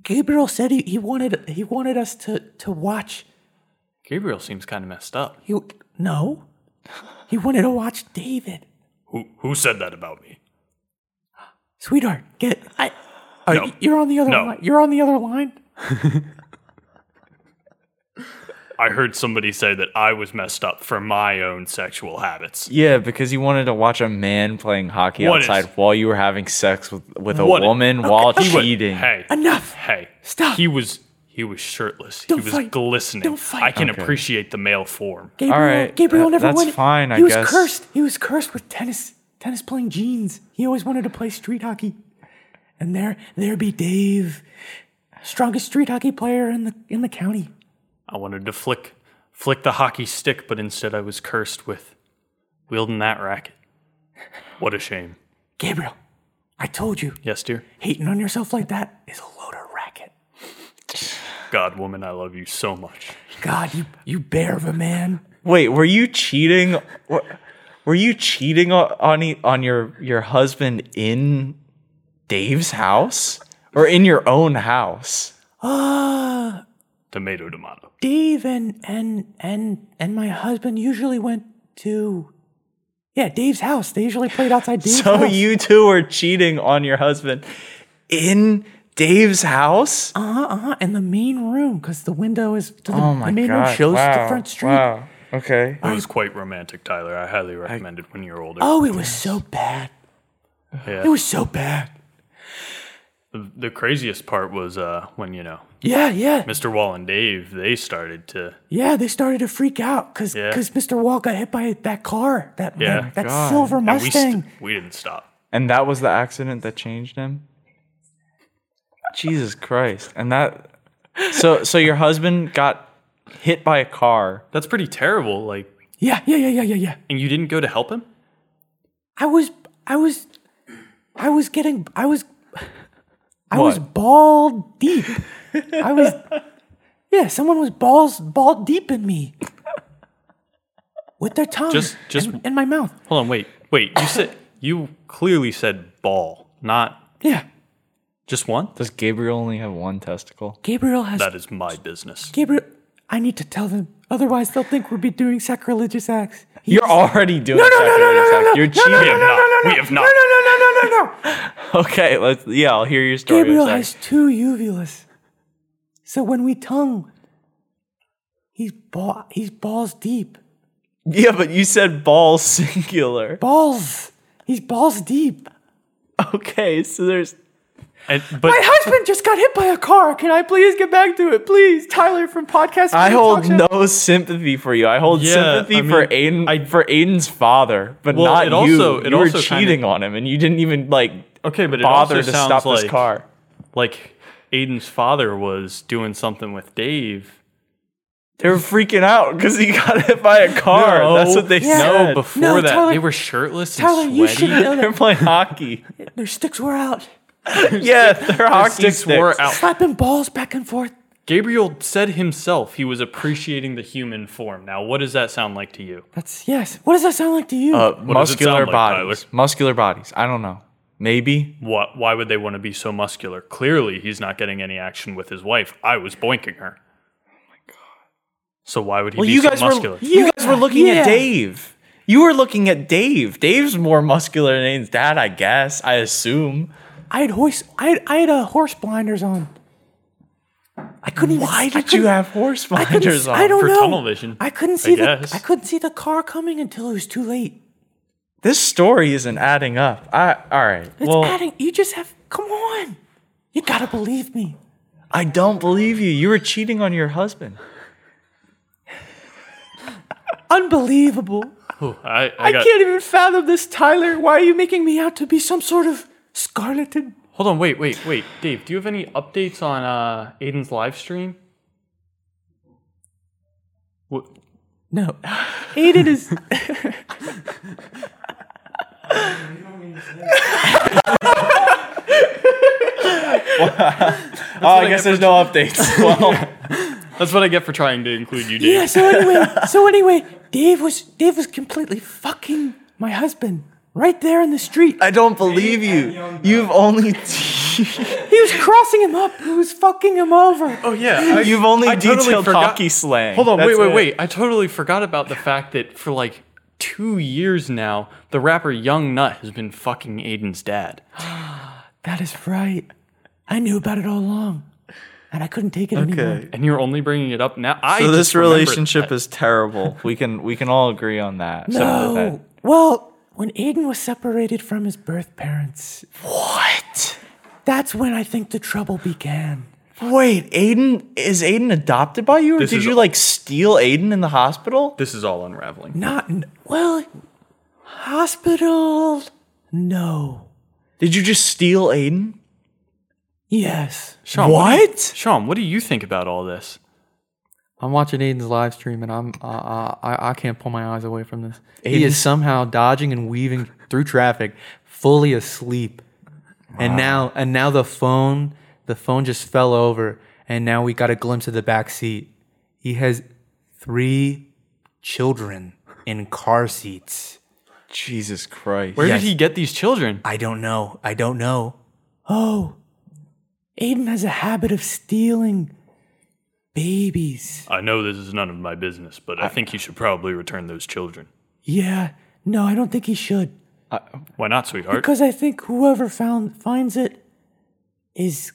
Gabriel said he, he wanted he wanted us to to watch.
Gabriel seems kind of messed up.
He no, he wanted to watch David.
Who who said that about me?
Sweetheart, get I. Are,
No.
You're on the other
No.
line. You're on the other line.
I heard somebody say that I was messed up for my own sexual habits.
Yeah, because you wanted to watch a man playing hockey
What is-
outside while you were having sex with, with a
What-
woman while
But,
cheating.
hey,
Enough.
hey,
Stop.
He was he was shirtless.
Don't
he was
fight.
glistening.
Don't fight.
I can
Okay.
appreciate the male form.
Gabriel,
right,
Gabriel
that-
never
that's
wanted-
fine, I
he was
guess.
cursed. He was cursed with tennis, tennis playing jeans. He always wanted to play street hockey, and there, there be Dave, strongest street hockey player in the in the county.
I wanted to flick flick the hockey stick, but instead I was cursed with wielding that racket. What a shame.
Gabriel, I told you,
Yes, dear.
hating on yourself like that is a load of racket.
God, woman, I love you so much.
God, you you bear of a man.
Wait, were you cheating? wha- Were you cheating on on, e- on your your husband in Dave's house or in your own house?
Ah,
Tomato, tomato.
Dave and and and and my husband usually went to. Yeah, Dave's house. They usually played outside Dave's
So
house.
you two were cheating on your husband in Dave's house?
Uh-huh, Uh huh. In the main room, because the window is to the,
oh my
the main
god!
room shows
wow,
the front street.
Wow. Okay.
It was quite romantic, Tyler. I highly recommend it when you're older.
Oh, it was so bad.
yeah.
so bad.
the, the craziest part was uh, when you know
Yeah, yeah,
Mr. Wall and Dave they started to
yeah. They started to freak out because
Yeah.
Mr. Wall got hit by that car, that
Yeah.
that, silver
and we
Mustang.
st- we didn't stop.
And that was the accident that changed him. Jesus Christ. And that So so your husband got hit by a car.
That's pretty terrible. Like,
yeah, yeah, yeah, yeah, yeah, yeah.
and you didn't go to help him?
I was, I was, I was getting, I was, I was
What?
ball deep. I was, yeah. Someone was balls ball deep in me with their tongue,
Just- just-
in, in my mouth.
Hold on, wait, wait. You said you clearly said ball, not
Yeah,
just one.
Does Gabriel only have one testicle?
Gabriel has
That is my business.
Gabriel, I need to tell them. Otherwise, they'll think we'll be doing sacrilegious acts. He
You're
is-
already doing
no, no, no, no, no,
sacrilegious
no,
act. You're
no, no, no,
cheating.
no,
We have not. We have not.
no, no, no, no, no, no.
Okay, let's yeah, I'll hear your story. in a
Gabriel
sec.
has two uvulas. So when we tongue, he's ball, he's balls deep.
Yeah, but you said ball singular.
Balls. He's balls deep.
Okay, so there's
And, but
My husband just got hit by a car. Can I please get back to it, please? Tyler from podcast.
I
Talk
hold
Show.
no sympathy for you. I hold
Yeah,
sympathy
I
for
mean,
Aiden
I-
for Aiden's father, but
Well,
not
it
you.
also- it
you were
also kinda-
cheating on him, and you didn't even like
okay, but it
bother to
also sounds
stop
like
this car.
like Aiden's father was doing something with Dave.
They were freaking out because he got hit by a car. That's what they
Yeah.
said.
No, before
No,
that
Tyler-
they were shirtless
Tyler,
and
you
sweaty.
should know
They're
that
playing hockey.
their sticks were out.
yeah, they're hockey
Sticks
sticks.
were out.
Slapping balls back and forth.
Gabriel said himself he was appreciating the human form. Now, what does that sound like to you?
That's yes. What does that sound like to you?
Uh,
does it
muscular
sound like,
bodies.
Tyler?
muscular bodies. I don't know. Maybe.
What? Why would they want to be so muscular? Clearly, he's not getting any action with his wife. I was boinking her. Oh my god! So why would he
Well,
be
you
so
guys
muscular?
were you
Yeah,
guys were looking
yeah.
at Dave. You were looking at Dave. Dave's more muscular than Aiden's dad, I guess. I assume.
I had horse. I had, I had uh, horse blinders on. I couldn't. even-
Why
I
did
couldn't-
you have horse
I couldn't
blinders
s-
on?
I don't
for
know.
tunnel vision,
I couldn't
I
see the.
guess.
I couldn't see the car coming until it was too late.
This story isn't adding up. I all right.
It's
well,
adding. You just have. Come on. You gotta believe me.
I don't believe you. You were cheating on your husband.
Unbelievable.
I, I,
I
got,
can't even fathom this, Tyler. Why are you making me out to be some sort of scarleted?
Hold on, wait, wait, wait, Dave. Do you have any updates on uh, Aiden's live stream? What?
No. Aiden is.
Oh, I guess there's no updates. well,
That's what I get for trying to include you, Dave.
Yeah. So anyway. So anyway, Dave was. Dave was completely fucking my husband right there in the street.
I don't believe you. You've only
He was crossing him up. He was fucking him over.
Oh yeah, I-
you've only
I
detailed
totally forgot-
hockey slang.
Hold on,
That's
wait, wait,
it.
wait. I totally forgot about the fact that for like two years now, the rapper Young Nut has been fucking Aiden's dad.
That is right. I knew about it all along, and I couldn't take it anymore.
Okay.
And you're only bringing it up now. I
So
just
this
remembered
relationship
that.
is terrible. We can we can all agree on that. except for
No. Well, when Aiden was separated from his birth parents,
What?
that's when I think the trouble began.
Wait, Aiden is Aiden adopted by you, or
This
did
is-
you like steal Aiden in the hospital?
This is all unraveling.
Not n- well, hospital. No.
Did you just steal Aiden?
Yes.
Sean, what? do you-
What?
Sean, what do you think about all this?
I'm watching Aiden's live stream, and I'm uh, uh, I I can't pull my eyes away from this. He
Aiden's-
is somehow dodging and weaving through traffic, fully asleep. And now and now the phone the phone just fell over, and now we got a glimpse of the back seat. He has three children in car seats.
Jesus Christ.
Where
Yes.
did he get these children?
I don't know. I don't know. Oh, Aiden has a habit of stealing babies.
I know this is none of my business, but I, think he should probably return those children.
Yeah. No, I don't think he should.
Why not, sweetheart?
Because I think whoever found finds it is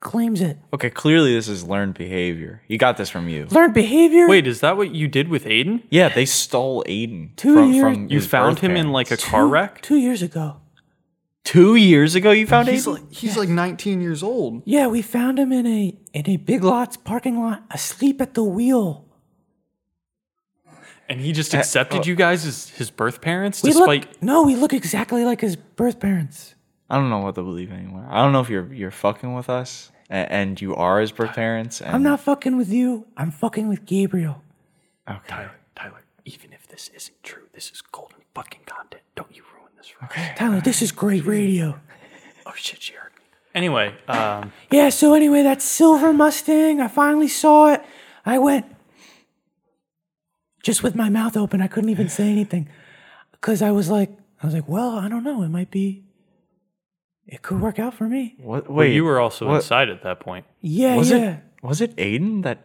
claims it.
Okay, clearly this is learned behavior. He got this from you.
Learned behavior.
Wait, is that what you did with Aiden?
Yeah, they stole Aiden
Two
from,
years-
from
You
his
found
birth
him in
parents.
like a car wreck?
two years ago.
two years ago. You found
He's
Aiden.
like he's like 19 years old.
Yeah, we found him in a in a Big Lots parking lot, asleep at the wheel.
And he just accepted you guys as his birth parents
We
despite
look no, we look exactly like his birth parents.
I don't know what to believe anymore. I don't know if you're you're fucking with us and, and you are his birth parents. And,
I'm not fucking with you. I'm fucking with Gabriel.
okay.
Tyler, even if this isn't true, this is golden fucking content. Don't you ruin this for okay.
Tyler, this is great radio.
Oh shit, she heard me. Anyway, um,
Yeah, so anyway, that silver Mustang, I finally saw it. I went just with my mouth open. I couldn't even say anything cuz I was like I was like, "Well, I don't know. It might be it could work out for me."
What? Wait,
but you were also
what-
inside at that point.
Yeah,
Was
yeah.
it was it Aiden that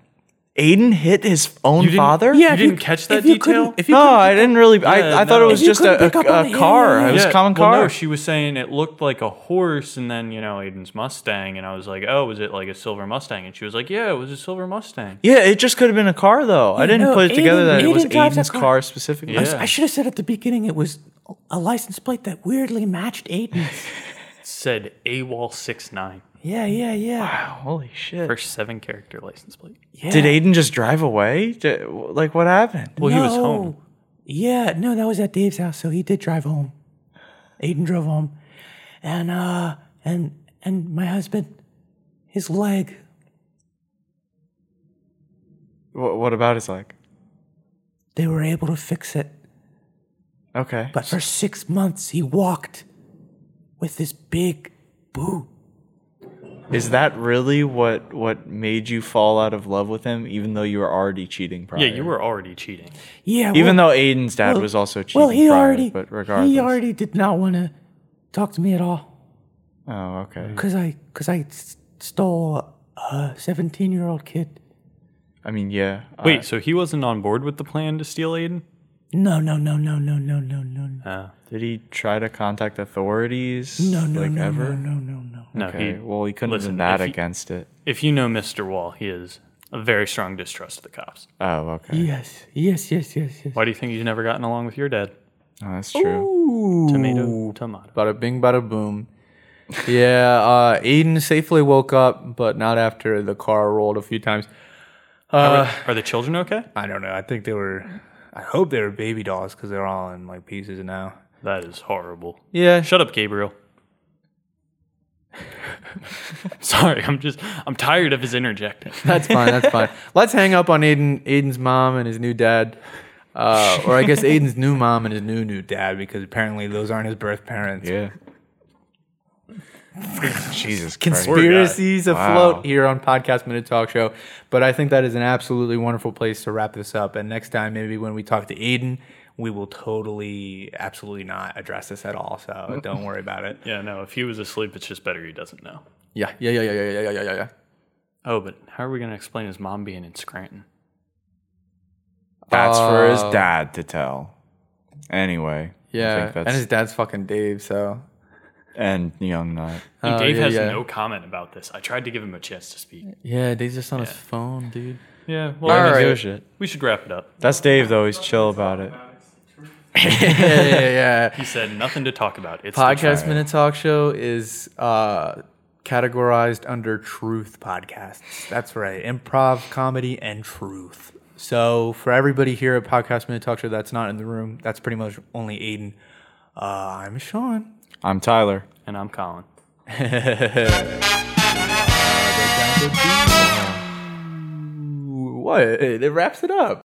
Aiden hit his own
didn't-
father?
Yeah,
You
if
didn't catch
if
that
you
detail?
couldn't- If you
No,
couldn't-
I didn't really.
Yeah,
I, I thought
no.
it was
If you
just a,
couldn't pick up
a,
on
a
it,
car.
yeah, yeah,
It was
yeah.
a common
well,
car.
no, she was saying it looked like a horse, and then you know Aiden's Mustang, and I was like, oh, was it like a silver Mustang? And she was like, yeah, it was a silver Mustang.
yeah, it just could have been a car though. I didn't
no,
put it together
Aiden-
that it was
Aiden drives a
Aiden's
car.
car. specifically.
Yeah.
I should have said at the beginning it was a license plate that weirdly matched Aiden's.
It said AWOL 69,
yeah, yeah, yeah.
Wow, holy shit!
first seven character license plate.
yeah.
Did Aiden just drive away? Did, like what happened?
Well, he was home.
No. Yeah, no, that was at Dave's house, so he did drive home. Aiden drove home, and uh, and and my husband, his leg.
What, what about his like?
They were able to fix it,
Okay.
but for six months he walked with this big boot.
Is that really what what made you fall out of love with him, even though you were already cheating prior?
Yeah, you were already cheating.
Yeah,
Even
well-
though Aiden's dad
well-
was also cheating
well, he
prior,
already,
but regardless.
he already did not want to talk to me at all
Oh, okay.
because I because I s- stole a seventeen year old kid.
I mean, yeah. uh,
Wait,
I-
so he wasn't on board with the plan to steal Aiden?
No, no, no, no, no, no, no, no, no.
did he try to contact authorities?
No, no,
like
no,
ever?
no, no, no, no.
No,
Okay.
he.
well, he couldn't
listen,
have been that
if he-
against it.
If you know Mr. Wall, he is a very strong distrust of the cops.
Oh, okay.
Yes, yes, yes, yes, yes.
Why do you think he's never gotten along with your dad?
Oh, that's true.
Tomato, tomato.
Bada bing, bada boom. yeah, uh, Aiden safely woke up, but not after the car rolled a few times.
Uh, Are the children okay?
I don't know. I think they were. I hope they were baby dolls because they're all in like pieces now.
That is horrible.
Yeah,
Shut up, Gabriel. Sorry, I'm just I'm tired of his interjecting.
that's fine. That's fine. Let's hang up on Aiden, Aiden's mom and his new dad, uh, or I guess Aiden's new mom and his new new dad because apparently those aren't his birth parents.
Yeah. Jesus Christ.
Conspiracies afloat
Wow.
here on Podcast Minute Talk Show, but I think that is an absolutely wonderful place to wrap this up. And next time, maybe when we talk to Aiden, we will totally, absolutely not address this at all. So don't worry about it.
Yeah, no, if he was asleep, it's just better he doesn't know.
Yeah, yeah, yeah, yeah, yeah, yeah, yeah, yeah, yeah, yeah.
Oh, but how are we gonna explain his mom being in Scranton?
That's for his dad to tell. Anyway. I
Yeah,
think that's,
and his dad's fucking Dave. So
and Young Nut.
And
Oh,
Dave
yeah,
has
yeah.
no comment about this. I tried to give him a chance to speak.
yeah, Dave's just on his phone, dude.
Yeah, well,
All
I mean,
right.
we should wrap it up.
That's Dave though. He's chill about it.
yeah, yeah, yeah.
He said nothing to talk about. It's the
Podcast
truth.
Minute Talk Show is uh, categorized under truth podcasts. That's right, improv, comedy, and truth. So for everybody here at Podcast Minute Talk Show that's not in the room, that's pretty much only Aiden. Uh, I'm Sean.
I'm Tyler.
and I'm Colin.
What? It wraps it up.